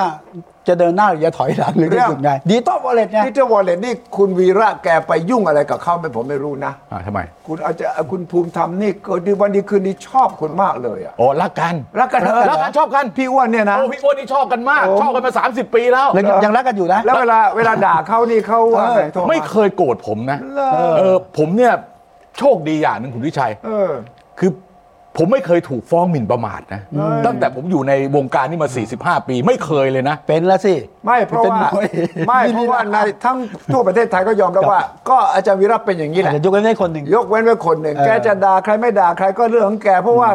จะเดินหน้าหรือจะถอยหลังหรือจะหยุดไงดิจิตอลวอลเล็ตเนี่ย
ดิจิทัลวอลเล็ตนี่คุณวีระแกไปยุ่งอะไรกับเขาไหม่ผมไม่รู้นะ
อ่าทำไม
คุณอาจจะคุณภูมิธรรมนี่เกิดดีวันดีคืนดีชอบคุณมากเลยอะ
โอ้รักกัน
รักกันเถอะ
รักกันชอบกัน
พี่อ้วนเนี่ยนะ
โอ้พี่อ้วนนี่ชอบกันมาก
โอ้
ชอบกันมา 30 ปีแล้ว
แล้วยังรักกันอยู่นะ
แล้วเวลาเวลาด่าเขานี่เขาว่าไงโทรมา
ไม่เคยโกรธผมนะ
เหรอ
เออผมเนี่ยโชคดีอย่างหนึ่งคุณวิชัย
เออ
คือผมไม่เคยถูกฟ้องหมิ่นประมาทนะ
อืม
ตั้งแต่ผมอยู่ในวงการนี่มา 45 ปีไม่เคยเลยนะ
เป็นแล้วสิ
ไม่เพราะ
เป็น
ว่า
หน่วย
ไม่เพราะว่าในทั้งทั่วประเทศไทยก็ยอมรับ
ครับ
ว่า ก็อาจารย์วีระเป็นอย่างนี้แห
อาจ
ละ
จะยกให้ได้คนหนึ่ง
ยกเว้นไว้คนหนึ่ง
เออ
แกจะด่าใครไม่ด่าใครก็เรื่องของแกเพราะว่า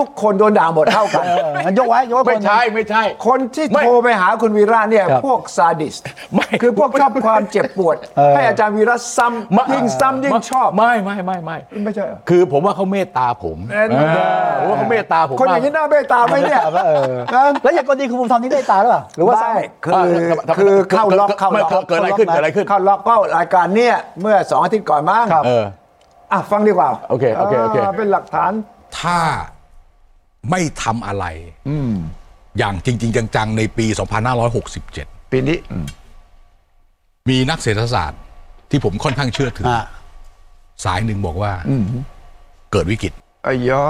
ทุกคนโดนด่าหมดเท่ากัน
เอองั้นยกไว้ยกไว้คนห
ไม่
นึ่ง
ใช่ไม่ใช่
คนที่
ไม่
โทรไปหาคุณวีระเนี่ย
ครับ
พวกซาดิส
ไม่
คือพวกชอบความเจ็บปวด
เออ
ให้อาจารย์วีระซ้
มา
ำยิ่งซ้ำยิ่งชอบ
ไม่ไม่ไม่ไม่
ไม่ใช่เหรอ
คือผมว่าเขาเมตตาผม
เออ
เออผมว่าเขาเมตตาผม
คนอ
มาก
ย่างนี้น่าเมตตาไหมเนี่ย
ถามว่าเออแล้วอย่างกรณีคุณภูมิธรรมนี่ได้ตาหรือเปล่าหรือว่าสร้าง
ไม่คือ
อ่า
คือเข้าล็อก
เกิด
เข้าล็อก
เกิดอะไรขึ้นเกิดอะไรขึ้น
เข้าล็อกเป้ารายการเนี่ยเมื่อสองอาทิตย์ก่อนมั้ง
ครับ
เออ
อ่ะฟังดีกว่า
โอเคโอเคโอเค
าเป็นหลักฐาน
ถ้าไม่ทำอะไรอย่างจริง ๆ จัง ๆ ในปี 2567
ปีนี้
มีนักเศรษฐศาสตร์ที่ผมค่อนข้างเชื่อถืออ
อ่ะ
สายหนึ่งบอกว่าเกิดวิกฤต
อายอ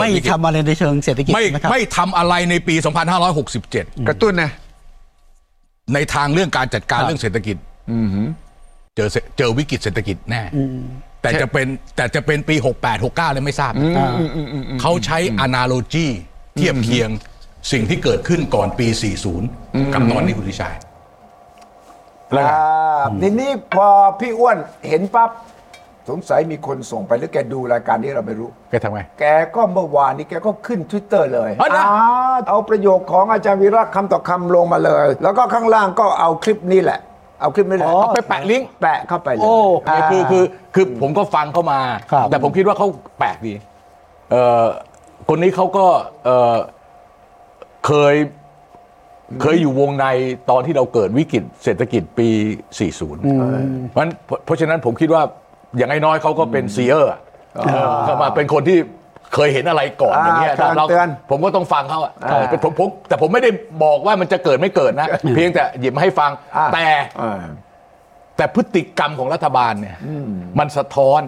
ไม่ทำอะไรในเชิงเศรษฐกิจ
ไม่
นะครับ
ไม่ทำอะไรในปี 2567
กระตุ้นนะ
ในทางเรื่องการจัดการเรื่องเศรษฐกิจเจอเศรษเจอวิกฤตเศรษฐกิจแน่แต่จะเป็นแต่จะเป็นปี 68 69เลยไม่ทราบนะเขาใช้ analogy เทียบเคียงสิ่งที่เกิดขึ้นก่อนปี 40 กับตอนนี้คุณทิชัย
อ่าทีนี้พอพี่อ้วนเห็นปั๊บสงสัยมีคนส่งไปหรือแกดูรายการนี้เราไม่รู้
แกทำไง
แกก็เมื่อวานนี้แกก็ขึ้นทวิตเตอร์เลย
เอานะ
อ่าเอาประโยคของอาจารย์วีระคำต่อคำลงมาเลย แล้วก็ข้างล่างก็เอาคลิปนี้แหละ เอาคลิปนี้แหละ
อ๋อ
เอาไปแปะลิงก์
แปะเข้าไปเลย
โอ้
า
คือคือคือผมก็ฟังเขามา
ครับ
แต่ผมคิดว่าเขาแปลกดีเออคนนี้เขาก็เออเคยเคยอยู่วงในตอนที่เราเกิดวิกฤตเศรษฐกิจปี 40เพราะฉะนั้นเพราะฉะนั้นผมคิดว่าอย่างน้อยๆเขาก็เป็นซีเออร์อะเออเขามาเป็นคนที่เคยเห็นอะไรก่อนอย่างเงี้ย
อ่าเตือน
เรา
เตือน
ผมก็ต้องฟังเขาอะแต่ผมผมแต่ผมไม่ได้บอกว่ามันจะเกิดไม่เกิดนะ เพียงแต่หยิบมาให้ฟัง
อ่า
แต่
อ่า
แต่พฤติกรรมของรัฐบาลเนี่ยมันสะท้อน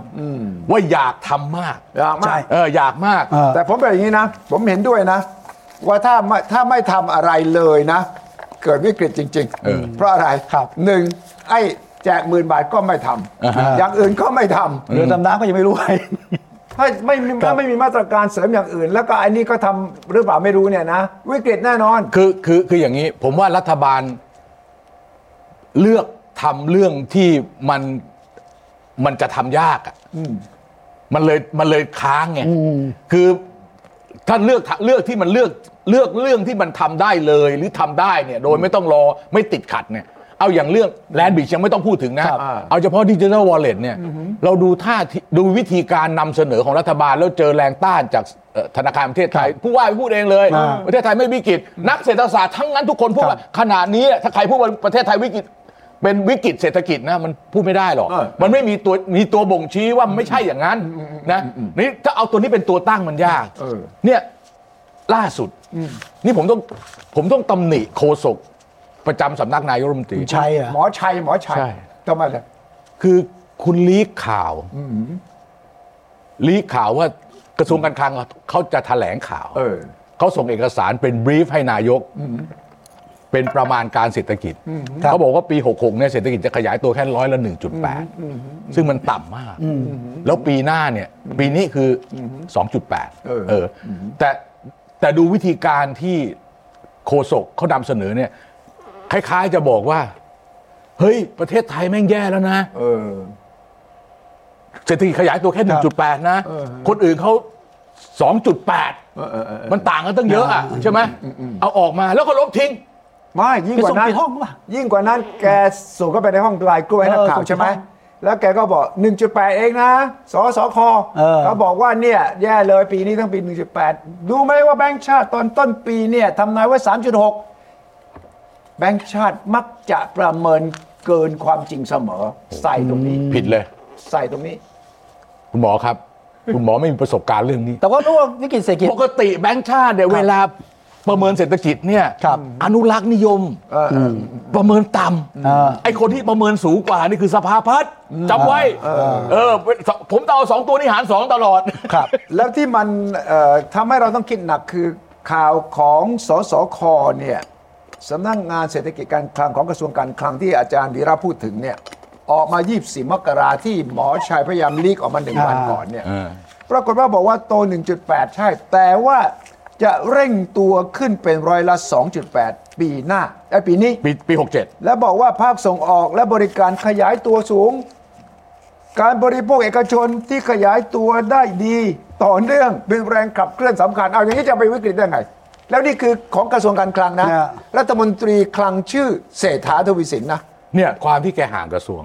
ว่าอยากทำมาก
อยากมาก
ใช่เอออยากมาก
เออ
แต่ผมเป็นอย่างนี้นะ ผมเห็นด้วยนะ ว่าถ้าไม่ถ้าไม่ทำอะไรเลยนะ เกิดวิกฤตจริง ๆ เพราะอะไร
ครับ
หนึ่งไอ้แจกหมื่นบาทก็ไม่ท
อ่าฮะ
ำอย่างอื่นก็ไม่ท
เรือดำน้ำก็ยังไม่รู้ไง
ำถ้าไม่มีถ้าไม่มีมาตรการเสริมอย่างอื่น แล้วก็อันนี้ก็ทำหรือเปล่าไม่รู้เนี่ยนะ วิกฤตแน่นอน
คือคือคืออย่างนี้ ผมว่ารัฐบาลเลือกทำเรื่องที่มันมันจะทำยากอะมันเลยมันเลยค้างไงคือถ้าเลือกเลือกที่มันเลือกเลือกเรื่องที่มันทำได้เลย หรือทำได้เนี่ย โดยไม่ต้องรอไม่ติดขัดเนี่ย เอาอย่างเรื่องแลนด์บีชยังไม่ต้องพูดถึงนะ
ครับ
เอาเฉพาะดิจิทัลวอลเล็ตเนี่ย เราดูท่าทีดูวิธีการนำเสนอของรัฐบาลแล้วเจอแรงต้านจากเอ่อธนาคารประเทศไทย ผู้ว่าพูดเองเลย
อ่า
ประเทศไทยไม่วิกฤตนักเศรษฐศาสตร์ทั้งนั้นทุกคนพูดว่าขณะนี้ถ้าใครพูดว่าประเทศไทยวิกฤตเป็นวิกฤตเศรษฐกิจนะมันพูดไม่ได้หรอก
เออ
มันไม่มีตัวมีตัวบ่งชี้ว่ามันไม่ใช่อย่างนั้นนะนี่ถ้าเอาตัวนี้เป็นตัวตั้งมันยากเนี่ยล่าสุดนี่ผมต้องผมต้องตำหนิโฆษกประจำสำนักนายกรัฐมนตรี
ใช่เหรอ
หมอชัยหมอชัย
ใช่
ทำไมล่ะ
คือคุณลีกข่าวลีกข่าวว่ากระทรวงการคลังเขาจะแถลงข่าว
เออ
เขาส่งเอกสารเป็นบรีฟให้นายก เป็นประมาณการเศรษฐกิจ เขาบอกว่าปี 66เนี่ยเศรษฐกิจจะขยายตัวแค่ร้อยละ 1.8 ซึ่งมันต่ำมาก แล้วปีหน้าเนี่ย ปีนี้คืออ
เออ
2.8 เอออแต่แต่ดูวิธีการที่โฆษกเขานำเสนอเนี่ย คล้ายๆจะบอกว่า เฮ้ย ประเทศไทยแม่งแย่แล้วนะ
เออ
เศรษฐกิจขยายตัวแค่ 1.8 นะ คนอื่นเขา2.8 มันต่างกันตั้งเยอะอ่ะใช่ไหม เอาออกมาแล้วก็ลบทิ้ง
ไม่ยิ่งกว่านั้น
ไปส่งผิดห้องป่ะ
ยิ่งกว่านั้นแกส่งเข้าไปในห้องปลายกล้วยให้นัก
เออ
ข่าวใช่ไหม
ส่งผิดห้
แล้วแกก็บอก 1.8 เองนะสสค
เออ
ก็บอกว่าเนี่ยแย่เลยปีนี้ทั้งปี 1.8 ดูไหมว่าแบงก์ชาติตอนต้นปีเนี่ยทำนายไว้ 3.6 แบงก์ชาติมักจะประเมินเกินความจริงเสมอ ใส่ตรงนี้
ผิดเลย
ใส่ตรงนี้
คุณหมอ ครับ คุณหมอไม่มีประสบการณ์เรื่องนี้
แต่ว่ารู้ว่าวิกฤตเศรษฐกิจ
ปกติแบงค์ชาติเนี่ยเวลาประเมินเศรษฐกิจเนี่ย
ครับ
อนุรักษ์นิยมประเมินต่
เออ
ำไอคนที่ประเมินสูงกว่านี่คือสภาพัฒน์จำไว้ เออ ผมจะเอาสองตัวนี้หารสองตลอด
ครับ
แล้วที่มันเอ่อทำให้เราต้องคิดหนักคือข่าวของสสคเนี่ยสำนักงานเศรษฐกิจการคลังของกระทรวงการคลังที่อาจารย์วีระพูดถึงเนี่ยออกมา 24 มกราที่หมอชัยพยายามลีกออกมาหนึ่งวันก่อนเนี่ย
อ่า
ปรากฏว่าบอกว่าโต 1.8 ใช่ แต่ว่าจะเร่งตัวขึ้นเป็นร้อยละ 2.8 ปีหน้าไอ้ยปีนี้
ปีปีหกเจ็ด
และบอกว่าภาคส่งออกและบริการขยายตัวสูง การบริโภคเอกชนที่ขยายตัวได้ดีต่อเนื่องเป็นแรงขับเคลื่อนสำคัญ เอาอย่างนี้จะไปวิกฤตได้ไง แล้วนี่คือของกระทรวงการคลังนะ
เนี่ย
รัฐมนตรีคลังชื่อเศรษฐาทวีสินนะ
เนี่ยความที่แกห่างกระทรวง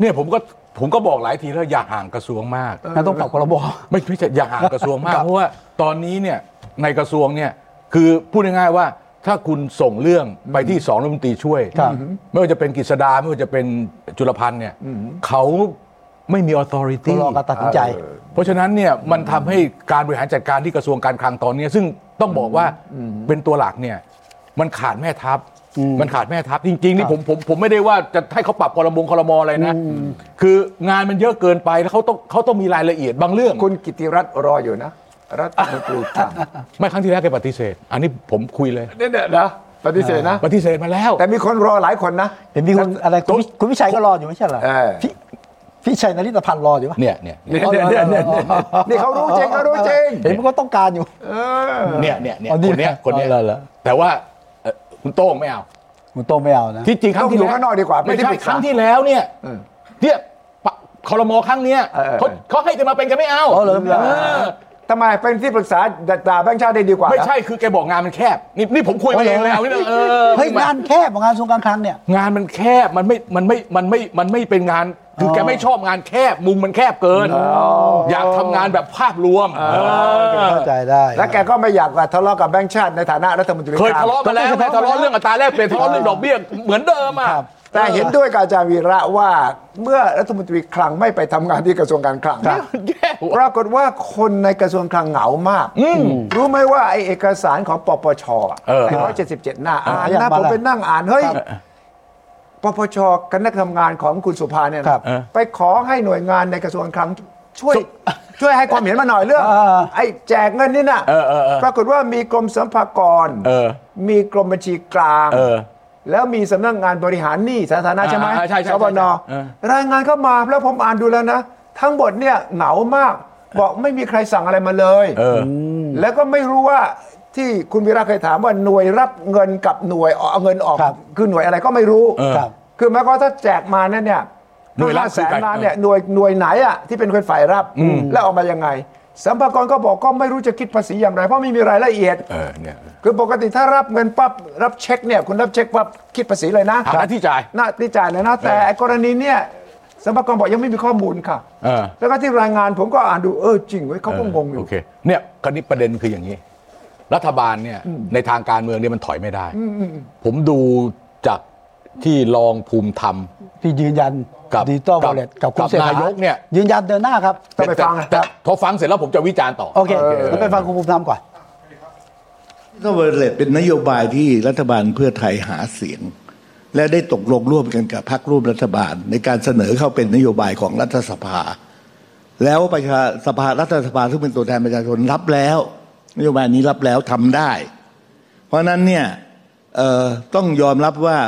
เนี่ยผมก็ผมก็บอกหลายทีแล้วอย่าห่างกระทรวงมาก
แล้วต้องปรับกรบ
ไม่ไม่ใช่อย่าห่างกระทรวงมาก เพราะว่าตอนนี้เนี่ยในกระทรวงเนี่ยคือพูดง่ายๆว่าถ้าคุณส่งเรื่องไปที่สองรัฐมนตรีช่วย
ครับ
ไม่ว่าจะเป็นกฤษดาไม่ว่าจะเป็นจุลพันธ์เนี่ยเขาไม่มี authority
เขารอการตัดสินใจ
เออเพราะฉะนั้นเนี่ยมันทำให้การบริหารจัดการที่กระทรวงการคลังตอนเนี้ยซึ่งต้องบอกว่าเป็นตัวหลักเนี่ยมันขาดแม่ทัพ มันขาดแม่ทัพจริง ๆ นี่ผมผมผมไม่ได้ว่าจะให้เขาปรับคอรมงคอรมออะไรนะ คืองานมันเยอะเกินไปแล้วเขาต้องเขาต้องมีรายละเอียดบางเรื่อง
คุณกิติรัตน์รออยู่นะ รัฐมนตรีคลัง
ไม่ครั้งที่แล้วแกปฏิเสธ อันนี้ผมคุยเลย
เนี่ยเนี่ยนะปฏิเสธนะ
ปฏิเสธมาแล้ว
แต่มีคนรอหลายคนนะ
เห็นมีคนอะไรคุณวิคุณวิชัยก็รออยู่ไม่ใช่เหรอ
เออ
พี่พี่ชัยนริตพันธ์รออยู่ปะ
เนี่ยเนี่ย
เนี่ยเนี่ยเนี่ยเนี่ยนี่เขารู้จริงเขารู้จริง
เห็นมันก็ต้องการอยู่
เออ
เนี่ยเนี่ยเนี่ย
อ๋อนี่
คนเนี้ยคนเนี้ย
อ๋อเหรอ
แต่ว่าเอ่อคุณโต้งไม่เอา
คุณโตไม่เอานะ
ที่จริงครั้งที่
โต้งอยู่
แล้ว
ข้างนอกดีกว่าเป็น
ไม่
ที่
ใช่
ปรึกษา
ครั้งที่แล้วเนี่ย
เออ
เนี่ยปะคอรมอครั้งเนี้ย
เออเออ
เขาเขาให้จะมาเป็นกันไม่เอา
อ๋อเหรอ
เอ
ทำไมเป็นที่ปรึกษาด่าแบงค์ชาติได้ดีกว่าเหรอ
ไม่ใช่คือแกบอกงานมันแคบนี่นี่ผมคุยมาเองแล้วนี่เออ
เฮ้ยงานแคบของงานทรวงการคลังเนี่ย
งานมันแคบมันไม่มันไม่มันไม่มันไม่เป็นงาน คือแกไม่ชอบงานแคบมุมมันแคบเกิน อยากทำงานแบบภาพรวมเออ
เข้าใจได้
แล้วแกก็ไม่อยากว่าทะเลาะกับแบงค์ชาติในฐานะรัฐมนตรี
เคย
ง
ทะเลาะมาแล้วเคยทะเลาะเรื่องอัตราแลกเปลี่ยนทะเลาะเรื่องดอกเบี้ยเหมือนเดิมอ่ะ
แต่เห็นด้วยกับอาจารย์วีระว่าเมื่อรัฐมนตรีคลังไม่ไปทำงานที่กระทรวงการคลัง
แย่
ปรากฏว่าคนในกระทรวงคลังเหงามาก รู้ไหมว่าไอเอกสารของปปชร้อยเจ็ดสิบเจ็ดหน้าอ่านนะผมไปนั่งอ่านเฮ้ย ปปชคณะทำงานของคุณสุภาเนี่ยนะไปขอให้หน่วยงานในกระทรวงการคลังช่วย ช่วยให้ความเห็นมาหน่อยเรื่องไอ้แจกเงินนี่น่ะปรากฏว่ามีกรมสรรพากรมีกรมบัญชีกลาง แล้วมีสำนักงานบริหารหนี้สาธารณะใช่ไหมสบนรายงานเข้ามาแล้วผมอ่านดูแล้วนะ ทั้งหมดเนี่ยเหงามาก บอกไม่มีใครสั่งอะไรมาเลย แล้วก็ไม่รู้ว่าที่คุณวีระเคยถามว่าหน่วยรับเงินกับหน่วยเอาเงินออกคือหน่วยอะไรก็ไม่รู้
ครับ
คือหมายความว่าถ้าแจกมานั่นเนี่ย
หน่วยรับ
แส
คือนการ
ล้านเนี่ยหน่วยหน่วยไหนอะที่เป็นคนฝ่ายรับ แล้วเออกมายังไงสัมภากรก็บอกก็ไม่รู้จะคิดภาษีอย่างไร เพราะไม่มีรายละเอียด
เออเนี่ย
คือปกติถ้ารับเงินปั๊บรับเช็คเนี่ยคุณรับเช็คปั๊บคิดภาษีเลยนะ
หาหน้าที่จ่าย
หน้าที่จ่ายเลยนะแต่ไอ้กรณีเนี่ยสัมภากรบอกยังไม่มีข้อมูลค่ะ
เออ
แล้วก็ที่รายงานผมก็อ่านดูเออจริงเว้ยเขาก็งงอยู่
โอเคเนี่ยคราวนี้ประเด็นคืออย่างนี้ รัฐบาลเนี่ยในทางการเมืองเนี่ยมันถอยไม่ได้ ผมดูจากที่รองภูมิธรรม
พี่ยืนยัน
กับ
ดิจิตอลว
กับ
อลเล็ตกับคุ
กั
ณ
บ
เศรษฐาน
ายกเนี่ย
ยืนยันเดินหน้าครับ
ต้องไปฟังนะ
แต่แต่พอฟังเสร็จแล้วผมจะวิจารณ์ต่อ
โอเคแล้วไปฟังคุณภูมิธรรมก่อน
ก็เวเลตเป็นนโยบายที่รัฐบาลเพื่อไทยหาเสียง และได้ตกลงร่วมกันกับพรรคร่วมรัฐบาล ในการเสนอเข้าเป็นนโยบายของรัฐสภา แล้วประชาสภารัฐสภาซึ่งเป็นตัวแทนประชาชนรับแล้ว นโยบายนี้รับแล้วทำได้ เพราะฉะนั้นเนี่ยเอ่อต้องยอมรับว่า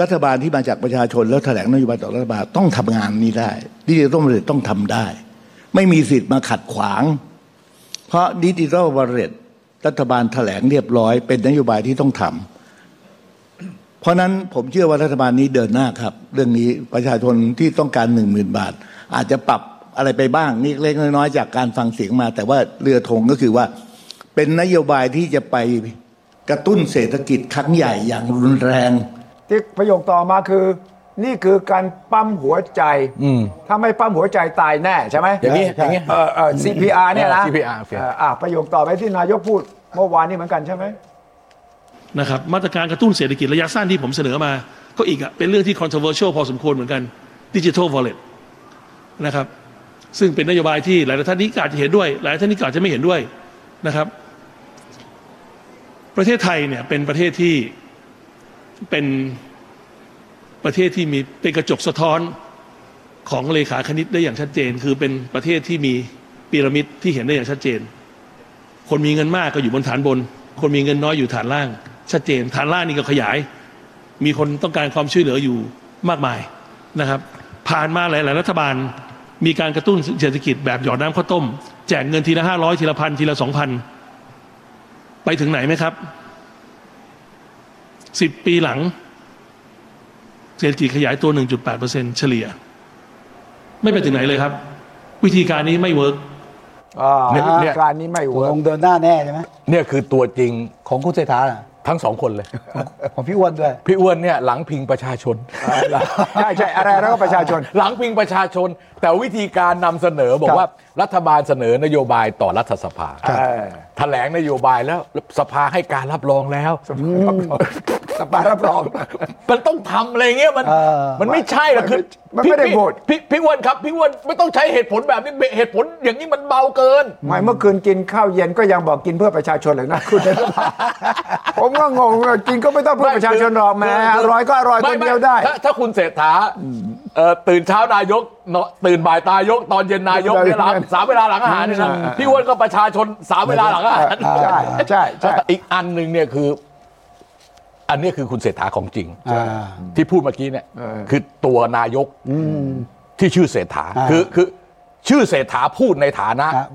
รัฐบาลที่มาจากประชาชน แล้วแถลงนโยบายต่อรัฐบาลต้องทำงานนี้ได้ดิจิทัลวอลเล็ตต้องทำได้ ไม่มีสิทธิ์มาขัดขวาง เพราะดิจิทัลวอลเล็ตรัฐบาลแถลงเรียบร้อย เป็นนโยบายที่ต้องทำเพราะนั้นผมเชื่อว่ารัฐบาลนี้เดินหน้าครับ เรื่องนี้ประชาชนที่ต้องการหนึ่งหมื่นบาท อาจจะปรับอะไรไปบ้างนี่เล็กๆน้อยๆจากการฟังเสียงมา แต่ว่าเรือธงก็คือว่า เป็นนโยบายที่จะไป กระตุ้นเศรษฐกิจครั้งใหญ่อย่างรุนแรง
ที่ประโยคต่อมาคือ นี่คือการปั๊มหัวใจถ้าไม่ปั๊มหัวใจตายแน่ใช่ไหม
อย่างนี้อย่างนี้
เออเออ CPR เนี่ยนะ
CPR โอเค
เอออ่ะประโยคต่อไปที่นายกพูดเมื่อวานนี้เหมือนกันใช่ไหม
นะครับมาตรการกระตุ้นเศรษฐกิจระยะสั้นที่ผมเสนอมา ก็อีกอะเป็นเรื่องที่ controversial พอสมควรเหมือนกันดิจิทัล wallet นะครับซึ่งเป็นนโยบายที่หลายๆท่านนี้ก็อาจจะเห็นด้วย หลายท่านนี้ก็อาจจะไม่เห็นด้วยนะครับ ประเทศไทยเนี่ยเป็นประเทศที่เป็นประเทศที่มีเป็นกระจกสะท้อนของเลขาคณิตได้อย่างชัดเจน คือเป็นประเทศที่มีพีระมิดที่เห็นได้อย่างชัดเจน คนมีเงินมากก็อยู่บนฐานบน คนมีเงินน้อยอยู่ฐานล่าง ชัดเจน ฐานล่างนี่ก็ขยาย มีคนต้องการความช่วยเหลืออยู่มากมายนะครับ ผ่านมาหลาย ๆ รัฐบาล มีการกระตุ้นเศรษฐกิจแบบหยอดน้ำข้าวต้ม แจกเงินทีละห้าร้อยทีละพันทีละสองพันไปถึงไหนไหมครับสิบปีหลัง เศรษฐกิจขยายตัว 1.8%เฉลี่ย ไม่ไปถึงไหนเลยครับ วิธีการนี้ไม่เวิร์ก
อ่า
เนี่ยเนี่ย
การนี้ไม่เวิร์
ล
ก
งเดินหน้าแน่ใช่ไหม
เนี่ยคือตัวจริง
ของคุณเศรษฐาน่ะ
ทั้งสองคนเลย
ของพี่อ้วนด้วย
พี่อ้วนเนี่ยหลังพิงประชาชน
ใช่ใช่อะไรแล้วก็ประชาชน
หลังพิงประชาชน แต่วิธีการนำเสนอบอก
ครับ
ว่ารัฐบาลเสนอนโยบายต่อรัฐสภา
เออ
แถลงนโยบายแล้วสภาให้การรับรองแล้ว
สปารับรอง
มันต้องทำอะไรเงี้ยมัน
เออ
มันไม่ใช่หรอกคือ
มันไม่ได้
พี่
โหวต
พี่พี่อ้วนครับพี่อ้วนไม่ต้องใช้เหตุผลแบบนี้เหตุผลอย่างนี้มันเบาเกิน
ไม่เมื่อคืนกินข้าวเย็นก็ยังบอกกินเพื่อประชาชนเลยนะ คุณ ผมก็งงว่ากินก็ไม่ต้องเพื่อประชาชนหรอกแหม่อร่อยก็อร่อย
ไม่
คน
ไม่
เดียวได้
ถ้าถ้าคุณเศรษฐาเอ่อตื่นเช้านายกเนอะตื่นบ่ายตายก ตอนเย็นนายกเนี่ยหลังสามเวลาหลังอาหารเนี่ยนะ
อ่า
พี่อ้วนก็ประชาชนสามเวลาหลังอาหาร
อ่าใช่ใช่ใช่
แต่อีกอันหนึ่งเนี่ยคือ อันเนี้ยคือคุณเศรษฐาของจริง
อ่า
ที่พูดเมื่อกี้เนี่ยคือตัวนายกที่ชื่อเศรษฐา
อ่า
คือคือชื่อเศรษฐาพูดในฐานะ
อ่ะ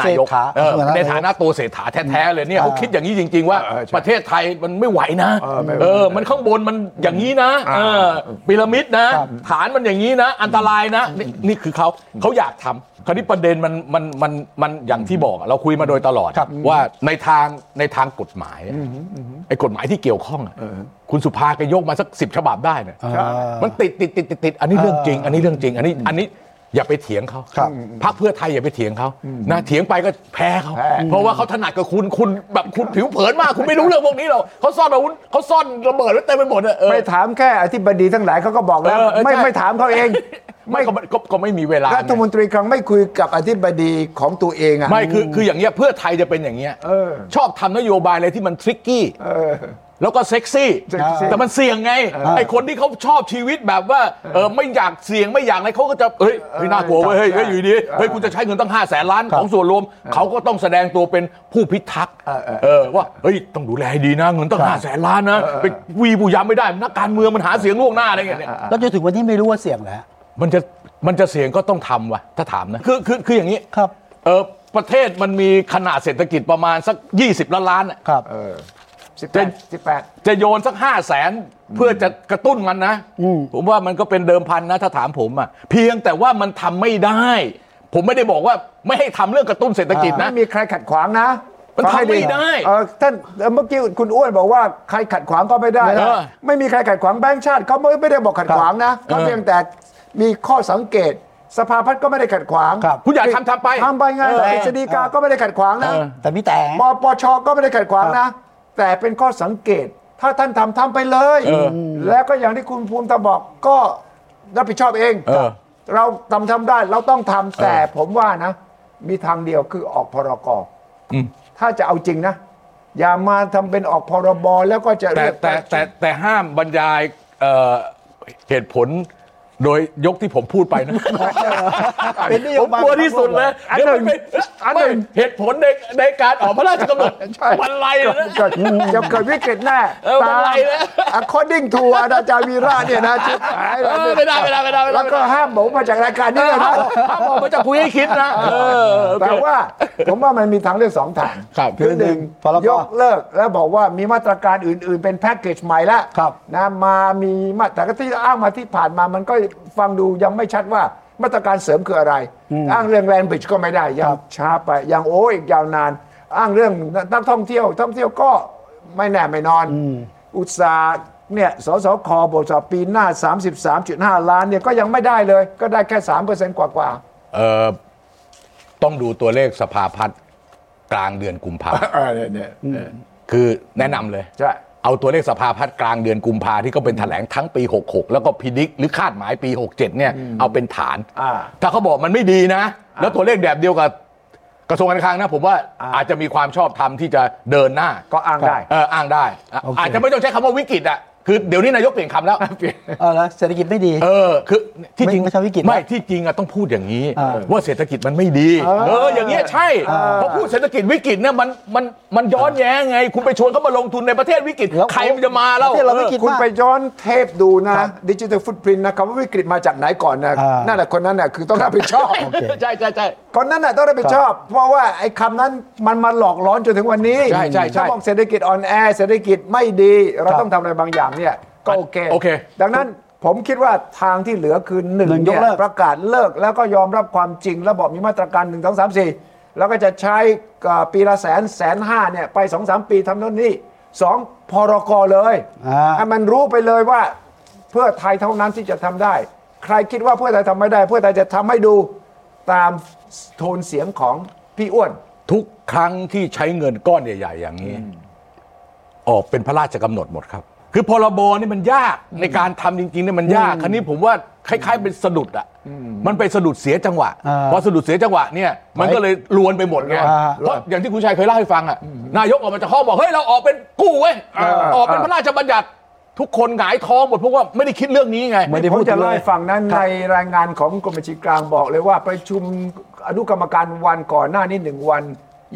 นายก
เศรษฐา
เออ
เออ
ในฐานะตัวเศรษฐาแท้ๆเลยเนี่ยเขา
อ่า
คิดอย่างนี้จริง ๆ ว่า
เออใช่
ประเทศไทยมันไม่ไหวนะ
เออไม่ไหว
เออ มันข้างบนมันอย่างนี้นะ
อ่า
เออพีระมิดนะฐานมันอย่างนี้นะ อันตรายนะนี่นี่คือเขาเขาอยากทำคราวนี้ประเด็นมันมันมันมันอย่างที่บอกอะเราคุยมาโดยตลอดว่าในทางในทางกฎหมายอะไอ้กฎหมายที่เกี่ยวข้องอะคุณสุภาแก็ยกมาสักสิบฉบับได้เนี่ย มันติดติดติดติดติดอันนี้เรื่องจริง อันนี้เรื่องจริง อันนี้อันนี้อย่าไปเถียงเขา
ครับ
พักเพื่อไทยอย่าไปเถียงเขานะเถียงไปก็แพ้เขา
แพ้
เพราะว่าเขาถนัดกับคุณคุณแบบคุณผิวเผินมาก คุณไม่รู้เรื่องพวกนี้หรอกเขาซ่อนอาวุธเขาซ่อนระเบิดไว้เต็มไปหมดอะเออ
ไม่ถามแค่อธิบดีทั้งหลายเขาก็บอกแล้ว
เออเออ
ไม่
ใช่
ไม่ถามเขาเอง
ไม่ก็ก็ก็ไม่มีเวลา
รัฐมนตรีครั้งไม่คุยกับอธิบดีของตัวเองอ่ะ
ไม่คือคืออย่างเงี้ยเพื่อไทยจะเป็นอย่างเงี้ย
เออ
ชอบทำนโยบายอะไรที่มันทริกกี้
เออ
แล้วก็เซ็กซี่
เซ็กซี่
แต่มันเสี่ยงไง ไอคนที่เขาชอบชีวิตแบบว่าเออไม่อยากเสี่ยงไม่อยากอะไรเขาก็จะเฮ้ยเฮ้ยน่ากลัวเว้ยเฮ้ยเฮ้ยอยู่ดีเฮ้ยคุณจะใช้เงินตั้ง5้าแสนล้านของส่วนรวม เขาก็ต้องแสดงตัวเป็นผู้พิทักษ์
เออเออ
เออว่าเฮ้ยต้องดูแลให้ดีนะเงินตั้ง5้าแสนล้านนะไปวีผู้ยามไม่ได้นักการเมืองมันหาเสียงล่วงหน้าอะไรอย่างเงี้ย
แล้วจนถึงวันนี้ไม่รู้ว่าเสี่ยงแล้ว
มันจะมันจะเสี่ยงก็ต้องทำว่ะถ้าถามนะคือคือคืออย่างนี้
ครับ
เออประเทศมันมีขนาดเศรษฐกิจประมาณสัก 20ล้านล้านอะ
ครับ
สิบแปดสิบแปด
จะโยนสักห้าแสนเพื่อจะกระตุ้นมันนะ ผมว่ามันก็เป็นเดิมพันนะ ถ้าถามผมอะเพียงแต่ว่ามันทำไม่ได้ ผมไม่ได้บอกว่าไม่ให้ทำเรื่องกระตุ้นเศรษฐกิจนะ
ไม่มีใครขัดขวางนะ
มัน
ฟังให้
ทำไม่ได้
เออท่านเอ่อเมื่อกี้คุณอ้วนบอกว่าใครขัดขวางก็ไม่ได้
ไม่ได้
นะไม่มีใครขัดขวางแบงค์ชาติเขาไม่ไม่ได้บอกขัดขวางนะเขาเพียงแต่มีข้อสังเกต สภาพัฒน์ก็ไม่ได้ขัดขวาง
ครับ
คุณอยากทำทำไป
ทำไปไง
เออ
แต่กฤษฎีกาก็ไม่ได้ขัดขวางนะ
เออ
แต่มีแต่
ปปชก็ไม่ได้ขัดขวางนะ แต่เป็นข้อสังเกต ถ้าท่านทำทำไปเลย
เออ
แล้วก็อย่างที่คุณภูมิธรรมบอกก็รับผิดชอบเอง
เออ
เราทำทำได้เราต้องทำแต่ผมว่านะ มีทางเดียวคือออกพรกร ถ้าจะเอาจริงนะ อย่ามาทำเป็นออกพรบแล้วก็จะ
แต่
เรียก
แต่แต่แต่ห้ามบรรยายเอ่อเหตุผลโดยยกที่ผมพูดไปนะ
เป็นนโย
ผม
บาย
กลัวที่สุดเลย
อัน
เดี๋ย
ห
วมั
นึ่ง
นเป็น
อันห
ไม่
นึ่ง
เหตุผลในในการออกพระราชกำหนด
ใช่
มันไรนะ
เกิดจะเกิดวิกฤตแน่
เออมันไรนะ
according to อาจารย์วีระเนี่ยนะชิบหาย
เออไม่ได้ไม่ได้ไม่ได้ไม่ได้
แล้วก็ห้ามบอกมาจากรายการนี้เลยนะ
ถ้าบอกมันจะคุยให้คิดนะเออโอเค
แต่ว่าผมว่ามันมีทางเลือกสองทาง
ครับ
คือหนึ่ง
พรบ
ยกเลิกแล้วบอกว่ามีมาตรการอื่น ๆ เป็นแพ็กเกจใหม่ละ
ครับ
นะมามีมาแต่ก็ที่อ้างมาที่ผ่านมามันก็ฟังดูยังไม่ชัดว่ามาตรการเสริมคืออะไร อ้างเรื่องแลนบริดจ์ก็ไม่ได้ยังช้าไปยังโอ้อีกยาวนาน อ้างเรื่องนักท่องเที่ยวท่องเที่ยวก็ ไม่แน่ไม่นอน อุตสาห์เนี่ยสสคบทสอบปีหน้า 33.5 ล้านเนี่ยก็ยังไม่ได้เลย ก็ได้แค่ 3%กว่ากว่า
เออต้องดูตัวเลขสภาพัฒน์กลางเดือนกุมภา
ๆเออเนี่ยเนี่ยเออ
คือแนะนำเลย
ใช่
เอาตัวเลขสภาพัฒน์กลางเดือนกุมภาที่เขาเป็นแถลงทั้งปี 66 แล้วก็พินิกหรือคาดหมายปี 67 เนี่ย เอาเป็นฐาน
อ่า
ถ้าเขาบอกมันไม่ดีนะ แล้วตัวเลขแบบเดียวกับกระทรวงการคลังนะ ผมว่า
อ่า
อาจจะมีความชอบธรรมที่จะเดินหน้า
ก็อ้างได้
เอออ้างได้อ่ะ
โอเค
อาจจะไม่ต้องใช้คำว่าวิกฤตอ่ะคือเดี๋ยวนี้นายกเปลี่ยนคำแล้ว
เอาละเศรษฐกิจไม่ดี
เออคือที่จริง
ไม่ใช่วิกฤตนะ
ไม่ที่จริงอะต้องพูดอย่างนี้
เออ
ว่าเศรษฐกิจมันไม่ดี
เออ
เอออย่างเงี้ยใช่
เออ
เพราะพูดเศรษฐกิจวิกฤตเนี่ยมันมันมันย้อนแย้งไง คุณไปชวนเขามาลงทุนในประเทศวิกฤต
แล้ว
ใครมันจะมา
ป
เล่า
ระเทศเราวิกฤต
เออ
คุณไปย้อนเทปดูนะครับ ดิจิ t a ลฟุตพิ i น t นะคำว่าวิกฤตมาจากไหนก่อนนะ
อ่านั่
นั่นแหละคนนั้นน่ะคือต้องรับผิดชอบ
โอเค
ใช่ใช่ใช่
คนนั้นน่ะต้องรับผิดชอบ เพราะว่าไอ้คำนั้นมันมาหลอกหลอนจนถึงวันนี้
ใช่ใช่ใช่
ถ้าบอกเศรษฐกิจอ่อนแอเศรษฐกิจไม่ดี เรา
ครับ
ต้องทำอะไรบางอย่างเนี่ยก็โอเค
โอเค
ดังนั้นผมคิดว่าทางที่เหลือคือหนึ่ง
หนึ่งยก
เนี่ย
เลิก
ประกาศเลิกแล้วก็ยอมรับความจริง แล้วบอกมีมาตรการหนึ่งสองสามสี่แล้วก็จะใช้เอ่อปีละแสนแสนห้าเนี่ยไปสองสามปีทำโน่นนี่สองพรกเลย
อ่า
ให้มันรู้ไปเลยว่าเพื่อไทยเท่านั้นที่จะทำได้ ใครคิดว่าเพื่อไทยทำไม่ได้ เพื่อไทยจะทำให้ดูตามโทนเสียงของพี่อ้วน
ทุกครั้งที่ใช้เงินก้อนใหญ่ๆ อย่างนี้ ออกเป็นพระราชกำหนดหมดครับ คือพรบนี่มันยากในการทำจริงๆเนี่ยมันยากคันนี้ผมว่าคล้าย ๆ เป็นสะดุดอ่ะมันไปสะดุดเสียจังหวะ
อ่า
พอสะดุดเสียจังหวะเนี่ยมันก็เลยลวนไปหมดไง
อ่า
เพราะอย่างที่คุณชัยเคยเล่าให้ฟังอ่ะนายกออกมาจากห้องบอกเฮ้ยเราออกเป็นกู้เว้ยออกเป็นพระราชบัญญัติ ทุกคนหงายท้องหมดเพราะว่าไม่ได้คิดเรื่องนี้ไง
ไม่ได้
ผ
พู
ม
ด
จะ
เล
เล่าย ให้ฟังนะในรายงานของกรมบัญชีกลางบอกเลยว่าประชุมอนุกรรมการวันก่อนหน้านี้หนึ่งวัน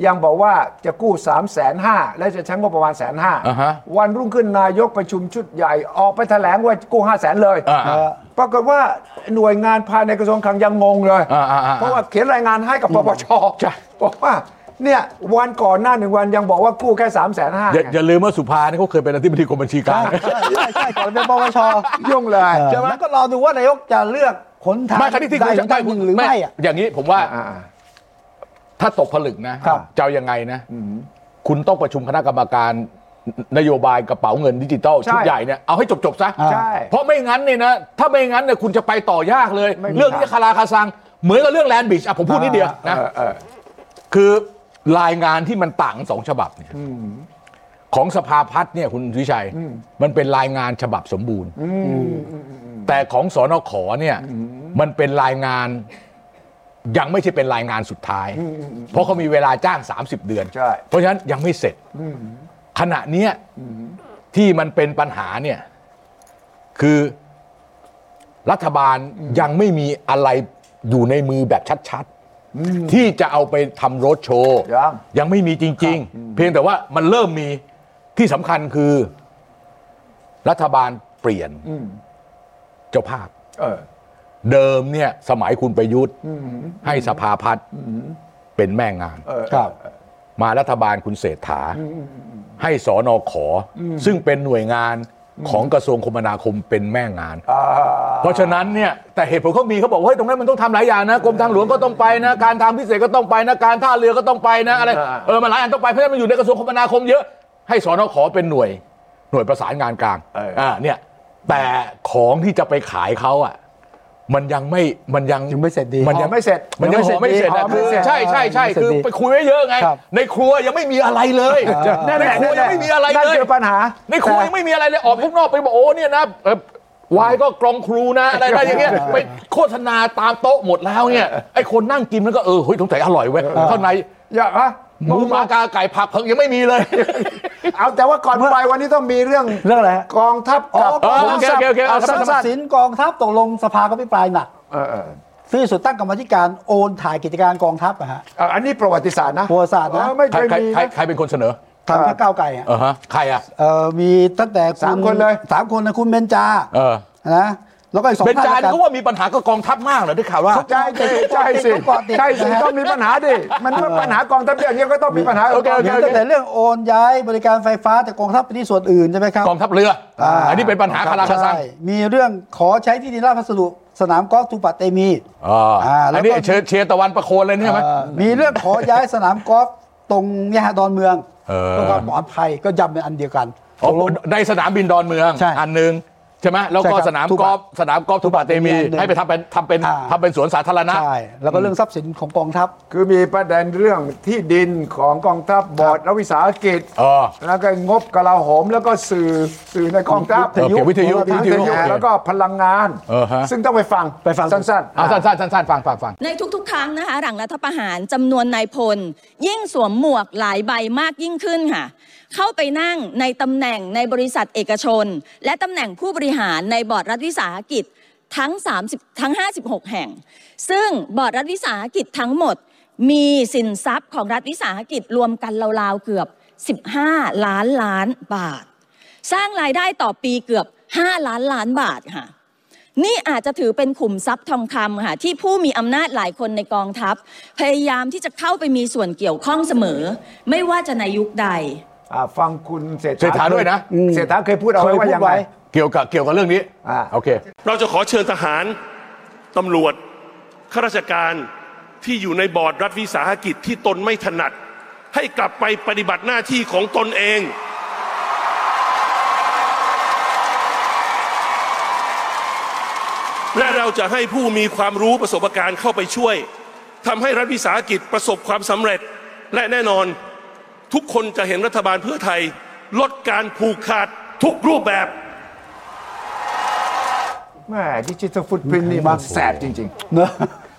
ยังบอกว่าจะกู้3ามแสนห้าและจะใช้งบประมาณแสนห้า
อ่าฮะ
วันรุ่งขึ้นนายกประชุมชุดใหญ่ออกไปแถลงว่ากู้ห้าแสนเลย
อ่า
เออ
ปรากฏว่าหน่วยงานภายในกระทรวงคลังยังงงเลย
อ่าอ่าอ่า
เพราะว่าเขียนรายงานให้กับปปชบอกว่าเนี่ยวันก่อนหน้าหนึ่งวันยังบอกว่ากู้แค่3ามแสนห้า
อย่าอย่าลืมว่าสุภาเนี่ยเขาเคยเป็นอธิบดีกรมบัญชีกลาง
ใช่ใช่ใช่ก่อนเป็นปปช
ยุ่งเลย
ใช่ไหมแล้วก็รอดูว่านายกจะเลือกขนทาง
ไม่ครับที่ที่
ได้
คุณ
ขนทางหนึ่งหรือไม่อะ
อย่างนี้ผมว่า
อ่า
ถ้าตกผลึกนะครับ จะเอายังไงนะ คุณต้องประชุมคณะกรรมการนโยบายกระเป๋าเงินดิจิตอล
ใช่
ชุดใหญ่เนี่ยเอาให้จบๆซะ
ใช่
เพราะไม่งั้นเนี่ยนะ ถ้าไม่งั้นเนี่ยคุณจะไปต่อยากเลย
ไม่มี
เรื่องนี้จะคาราคาซัง เหมือนกับเรื่องแลนด์บิชอ่ะผมพูดนิดเดียวนะ คือรายงานที่มันต่างสองฉบับเนี่ยของสภาพัฒน์เนี่ยคุณวิชัย มันเป็นรายงานฉบับสมบูรณ์แต่ของสอนขอเนี่ยมันเป็นรายงานยังไม่ใช่เป็นรายงานสุดท้าย เพราะเขามีเวลาจ้าง 30 เดือน
ใช่
เพราะฉะนั้นยังไม่เสร็จขณะเนี้ยที่มันเป็นปัญหาเนี่ยคือรัฐบาลยังไม่มีอะไรอยู่ในมือแบบชัดๆ ที่จะเอาไปทำโรดโชว์
ยัง
ยังไม่มีจริง ๆ เพียงแต่ว่ามันเริ่มมีที่สำคัญคือ รัฐบาลเปลี่ยนเจ้าภาพ
เออ
เดิมเนี่ย สมัยคุณประยุทธ์ให้สภาพัฒน์เป็นแม่งาน
ครับ
มารัฐบาลคุณเศรษฐา ให้สอนอขออซึ่งเป็นหน่วยงานของกระทรวงคมนาคมเป็นแม่งาน เพราะฉะนั้นเนี่ยแต่เหตุผลเขามีเขาบอกว่าเฮ้ยตรงนั้นมันต้องทำหลายอย่างนะกรมทางหลวงก็ต้องไปนะ การทางพิเศษก็ต้องไปนะ การท่าเรือก็ต้องไปนะอะไร
อ่า
เออมันหลายอันต้องไปเพราะฉะนั้นมันอยู่ในกระทรวงคมนาคมเยอะให้สอนอขอเป็นหน่วย หน่วยประสานงานกลางอ่าเนี่ยแต่ของที่จะไปขายเขาอ่ะมันยังไม่มันยัง
ยังไม่เสร็จดี
มัน
ยั
ยัง ง
ไม่เสร็จ
มันยังหอไม่เสร็จ
ห
นะ
อไม่
คือ
เสร็จ
ใช่ใช่ใช่คือไปคุยไว้เยอะไง
ครับ
ในครัวยังไม่มีอะไรเลยในครัวยังไม่มีอะไร
นั่น
เลย
คือปัญหา
ในครัวยังไม่มีอะไรเลยออกไปข้างนอกไปบอกโอ้เนี่ยนะเอ่อวายก็กรองครูนะอะไรอะไรอย่างเงี้ยไปโฆษณาตามโต๊ะหมดแล้วเนี่ยไอ้คนนั่งกินมันก็เออเฮ้ยสงสัยอร่อยเว้ยข้างใน
อยากฮะ
หมูหมากาไก่ผักเผักยังไม่มีเลย
เอาแต่ว่าก่อนไปวันนี้ต้องมีเรื่อง
เรื่องอะไรฮะ
กองทัพกับ
อ๋อโอเคโอเคโอเคเอา
สั
สั้
บ
น
ทรัพย์สินกองทัพตกลงสภาก็ไม่ปลายหนัก
เออเออ
ซึ่งสุดตั้งกรรมาธิการโอนถ่ายกิจการกองทัพอะฮะ
เอออันนี้ประวัติศาสตร์นะ
ประวัติศาสตร์นะ
เออไม่
ใคร
เคย
ใคร
มีนะ
ใครใครเป็นคนเสนอ
ทางพรรคก้าวไกลอะ
เออฮะใครอ่ะ
เออมีตั้งแต่ณ
สามคนเลย
สามคนนะคุณเบนจา
เออ
นะแล้วก็อีกสอง
เป็นจาน
ท่
ก็ว่ามีปัญหากับกองทัพมากเหรอได้ข่าวว่า
ใช่ใช่ใช่สิ
เขาเกาะติด
ใช่สิ
นะฮะ
ต้องมีปัญหาดิมันว่าปัญหากองทัพอย่างเงี้ยก็ต้องมีปัญหา
โอเคโอเค
ตั้งแต่เรื่องโอนย้ายบริการไฟฟ้าจากกองทัพไปที่ส่วนอื่นใช่ไหมครับ
กองทัพเรืออ่าอันนี้เป็นปัญหาคาราคาซั
ใช่
ง
มีเรื่องขอใช้ที่ดินราชพัสดุสนามกอล์ฟทูปัตเตมี
อ่า
อ่าแล้วก็
อันนี้เชอเชียร์ตะวันประโคนเลยเนี่ยใช่ไหม
เอ่อมีเรื่องขอย้ายสนามกอล์ฟตรงเนี่ยฮะดอนเมือง
เออ
เพื่อความปลอดภัยก็ย้ำเป็นอันเดียวกัน
อ๋อในสนามบินดอนเมือง
ใช่
อันหนึ่งใช่ไหมแล้วก็
ใช่ครับ
สนาม
ทุกบา
ก
ท
อล์ฟสนามกอล์ฟทุบาเตมี
ทุกบาทเตมีอันหนึ่ง
ให้ไปทำเป็นทำเป็น
อ่า
ทำเป็นสวนสาธารณะ
ใช่แล้วก็เรื่องทรัพย์สินของกองทัพ
คือมีประเด็นเรื่องที่ดินของกองทัพบอร์ดและวิสาหกิจ
เออ
แล้วก็งบกลาโหมแล้วก็สื่อสื่อในกองทัพ
โอเควิทยุวิ
วิ
ท
ท
ยุ
ยุ
โอเค
แล้วก็พลังงาน
เออฮะ
ซึ่งต้องไปฟัง
ไปฟัง
สั้นๆ
อ่ะสั้นๆสั้นๆฟังฟังฟัง
ในทุกๆ ครั้งนะคะ หลังรัฐประหารจำนวนนายพล ยิ่งสวมหมวกหลายใบมากยิ่งขึ้นค่ะ เข้าไปนั่งในตำแหน่งในบริษัทเอกชน และตำแหน่งผู้บริหารในบอร์ดรัฐวิสาหกิจทั้ง 30 ทั้ง 56 แห่ง ซึ่งบอร์ดรัฐวิสาหกิจทั้งหมด มีสินทรัพย์ของรัฐวิสาหกิจรวมกันราวๆเกือบ 15 ล้านล้านบาท สร้างรายได้ต่อปีเกือบ 5 ล้านล้านบาทค่ะ นี่อาจจะถือเป็นขุมทรัพย์ทองคำค่ะที่ผู้มีอำนาจหลายคนในกองทัพ พยายามที่จะเข้าไปมีส่วนเกี่ยวข้องเสมอ ไม่ว่าจะในยุคใด
อ่าฟังคุณเศรษฐา
เศรษฐาด้วยนะ
อืมเศรษฐาเคยพูดเอา
เค
ไว้
ย
ว่า
พูด
ยังไง
ไว้
เกี่ยวกับเกี่ยวกับเรื่องนี้
อ่า
โอเค
เราจะขอเชิญทหาร ตำรวจ ข้าราชการที่อยู่ในบอร์ดรัฐวิสาหกิจที่ตนไม่ถนัด ให้กลับไปปฏิบัติหน้าที่ของตนเอง และเราจะให้ผู้มีความรู้ประสบการณ์เข้าไปช่วยทำให้รัฐวิสาหกิจประสบความสำเร็จ และแน่นอนทุกคนจะเห็นรัฐบาลเพื่อไทย ลดการผูกขาดทุกรูปแบบ
แม่ดิจิทัลฟุตพิ้นนี่มันแสบจริง
เนอะ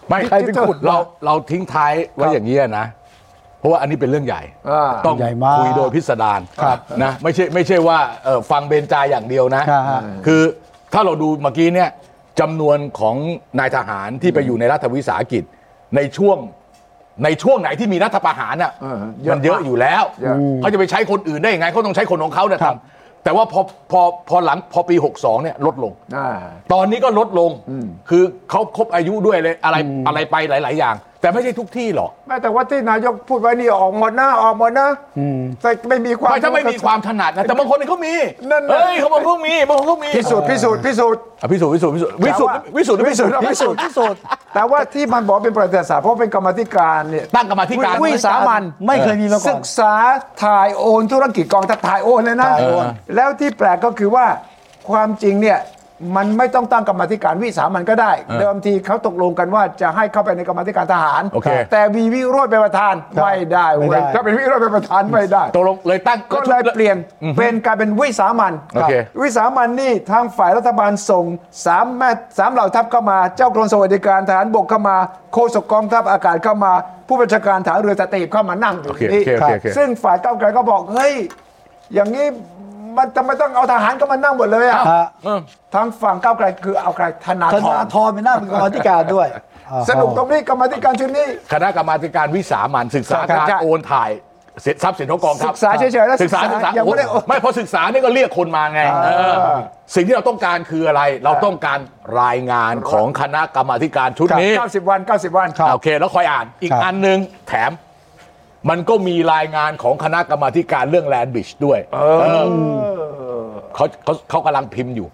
ไม่
ใครเป็นขุด
เราเราทิ้งท้ายไว้อย่างนี้ยนะ เพราะว่าอันนี้เป็นเรื่องใหญ่
อ่า
ต้อง
ใหญ่มาก
คุยโดยพิสดาร
ครับ
นะไม่ใช่ไม่ใช่ว่าเอ่อฟังเบนจาอย่างเดียวนะ
ครับ
คือถ้าเราดูเมื่อกี้เนี่ยจำนวนของนายทหารที่ไปอยู่ในรัฐวิสาหกิจในช่วงในช่วงไหนที่มีรัฐประหารอ่ะ
เออเยอะ
มันเยอะอยู่แล้ว
เยอะ
เขาจะไปใช้คนอื่นได้ยังไงเขาต้องใช้คนของเขาเนี่ยครับ แต่ว่าพอพอพอหลังพอปี 62เนี่ยลดลง
ๆอ่า
ตอนนี้ก็ลดลง คือเขาครบอายุด้วยเลยอะไรอะไรไปหลาย ๆ อย่าง แต่ไม่ใช่ทุกที่หรอก
แม้แต่ว่าที่นายกพูดไว้นี่ออกหมดนะออกหมดนะแต่ไม่มีความ
ไม่ถ้าไม่มีความถนัดนะ แต่บางคนเขามี
นั่นน่ะ
เฮ้ยเขาบางคนเขามีบางคนเขามี
พิสูจน์พิสูจน์พิสูจน์
อ่ะพิสูจน์พิสูจน์พิสูจน์วิสูจน์วิสูจ
พิสู
น์
จน์
พิ
พิ
สู
สู
จ
จ
น์
น์พิสูจน์แต่ว่าที่มันบอกเป็นประวัติศาสตร์เพราะเป็นกรรมาธิการเนี่ย
ตั้งกรรมาธิการ
วิสามัน
ไม่เคยมีมาก่อน
ศึกษาถ่ายโอนธุรกิจกองทัพถ่ายโอนเลยนะ
ถ่ายโอน
แล้วที่แปลกก็คือว่าความจริงเนี่ยมันไม่ต้องตั้งกรรมาธิการวิสามันก็ได้ เดิมทีเขาตกลงกันว่าจะให้เข้าไปในกรรมาธิการทหาร
โอเค
แต่มีวิโรจน์เป็นประธานไม่ได้
ไม่
เว้
ได้
ยถ้าเป็นวิโรจน์เป็นประธานไม่ได้
ตกลงเลยตั้ง
ก็เลยเปลี่ยนเป็นกลายเป็นวิสามัน
โอเค
ครับวิสามันนี่ทางฝ่ายรัฐบาลส่งสามแม่สามเหล่าทัพเข้ามา เจ้ากรมสวัสดิการทหารบกเข้ามาโฆษกกองทัพอากาศเข้ามา ผู้บัญชาการฐานเรือสตีบเข้ามานั่งอยู่
โอเค
นี่
โอเคโอเคโอเค
ซึ่งฝ่ายก้าวไกลก็บอกเฮ้ยอย่างนี้มันทำไมต้องเอาทหารเข้ามานั่งหมดเลยอะ
ฮะ
เออ
ทางฝั่งก้าวไกลคือเอาใครธนา
ธ
ธ
นาธ
ร
รเป็นหน้าเป็นกรรมาธิการด้วยอ่า
สนุกตรงนี้กรรมาธิการชุดนี้
คณะกรรมาธิการวิสามันศึกษา
ครับ
การ
ใช่
โอนถ่ายเสร็จทรัพย์สินของกองทัพ
ศึกษาเฉยๆแล้ว
ศึกษา
ศึ
ศึก
ก
ษา
ษายังไม่ได้
โอ้ไม่พอศึกษานี่ก็เรียกคนมาไง
อ่า
เออสิ่งที่เราต้องการคืออะไร เราต้องการรายงานของคณะกรรมาธิการชุดนี้
ับ90 วัน 90 วัน
โอเคแล้วคอยอ่านอีก
ครับ
อันหนึ่งแถม มันก็มีรายงานของคณะกรรมาธิการเรื่องแลนด์บริดจ์ด้วยเออเขาเขาเขากำลังพิมพ์อยู่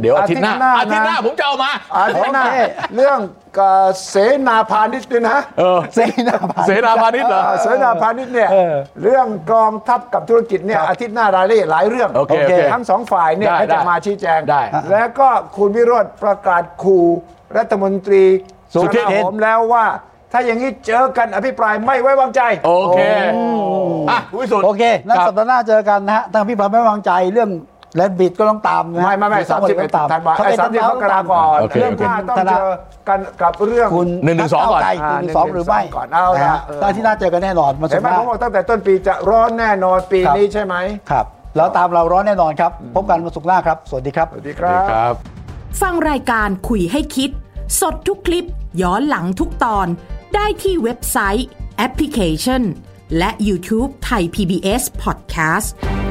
เดี๋ยวอาทิตย์หน้าอา
อาทิ
ทิต
ตย์ห
ย์ห
น้านะ
น้าผมจะเอามา
อาทิตย์หน้า
โอเค
เรื่องเอ่อเสนาพาณิชย์ด้วยนะ
เออ
เสนาบา
เสนาพาณิชย์เหรอ
อ่าเสนาพาณิชย์เนี่ย
เออ
เรื่องกองทัพกับธุรกิจเนี่ยอาทิตย์หน้ารายละเอียดหลายเรื่อง
โอเคโอเค
ทั้งสองฝ่ายเนี่ย
ได้
ให้
ได้
จะมาชี้แจง
ได้
แล้วก็คุณวิโรธประกาศขู่รัฐมนตรี
สุเทพ
กลาโหมแล้วว่า ถ้าอย่างนี้เจอกันอภิปรายไม่ไว้วางใจ
โอเคอ่ะคุณวิสุทธิ์
โอเคนัก
รับ
สัปดาห์หน้าเจอกันนะฮะทางพี่ปราบไม่วางใจเรื่องแลนบิดก็ต้องตามนะ
ไม่ไม่ไม่สามสิบ
ตาม
ธันวาไอ้สามสิบมกราคม
โอเค
เรื่อง
โอเค
ว่าต้องเจอกันกับเรื่อง
คุณ
หนึ่งหนึ่งสองก่อน
พรรคเาไลหนึ่งหนึ่งสองหรือไม่
ก่อนเอา
ฮะ
นะเออ
ตอนที่หน่าเจอกันแน่นอนมาสุ
เห็
ด
นไหม
ท้า
ผมบอกตั้งแต่ต้นปีจะร้อนแน่นอนปีนี้ใช่ไหม
ครับ แล้วตามเราร้อนแน่นอนครับ พบกันมาสุดหน้าครับ สวัสดีครับ
สวัสดีค
สวัส
รั
ดี
บ
ครับ
ฟังรายการคุยให้คิด สดทุกคลิปย้อนหลังทุกตอน ได้ที่เว็บไซต์ แอปพลิเคชัน และ YouTube ไทย PBS Podcast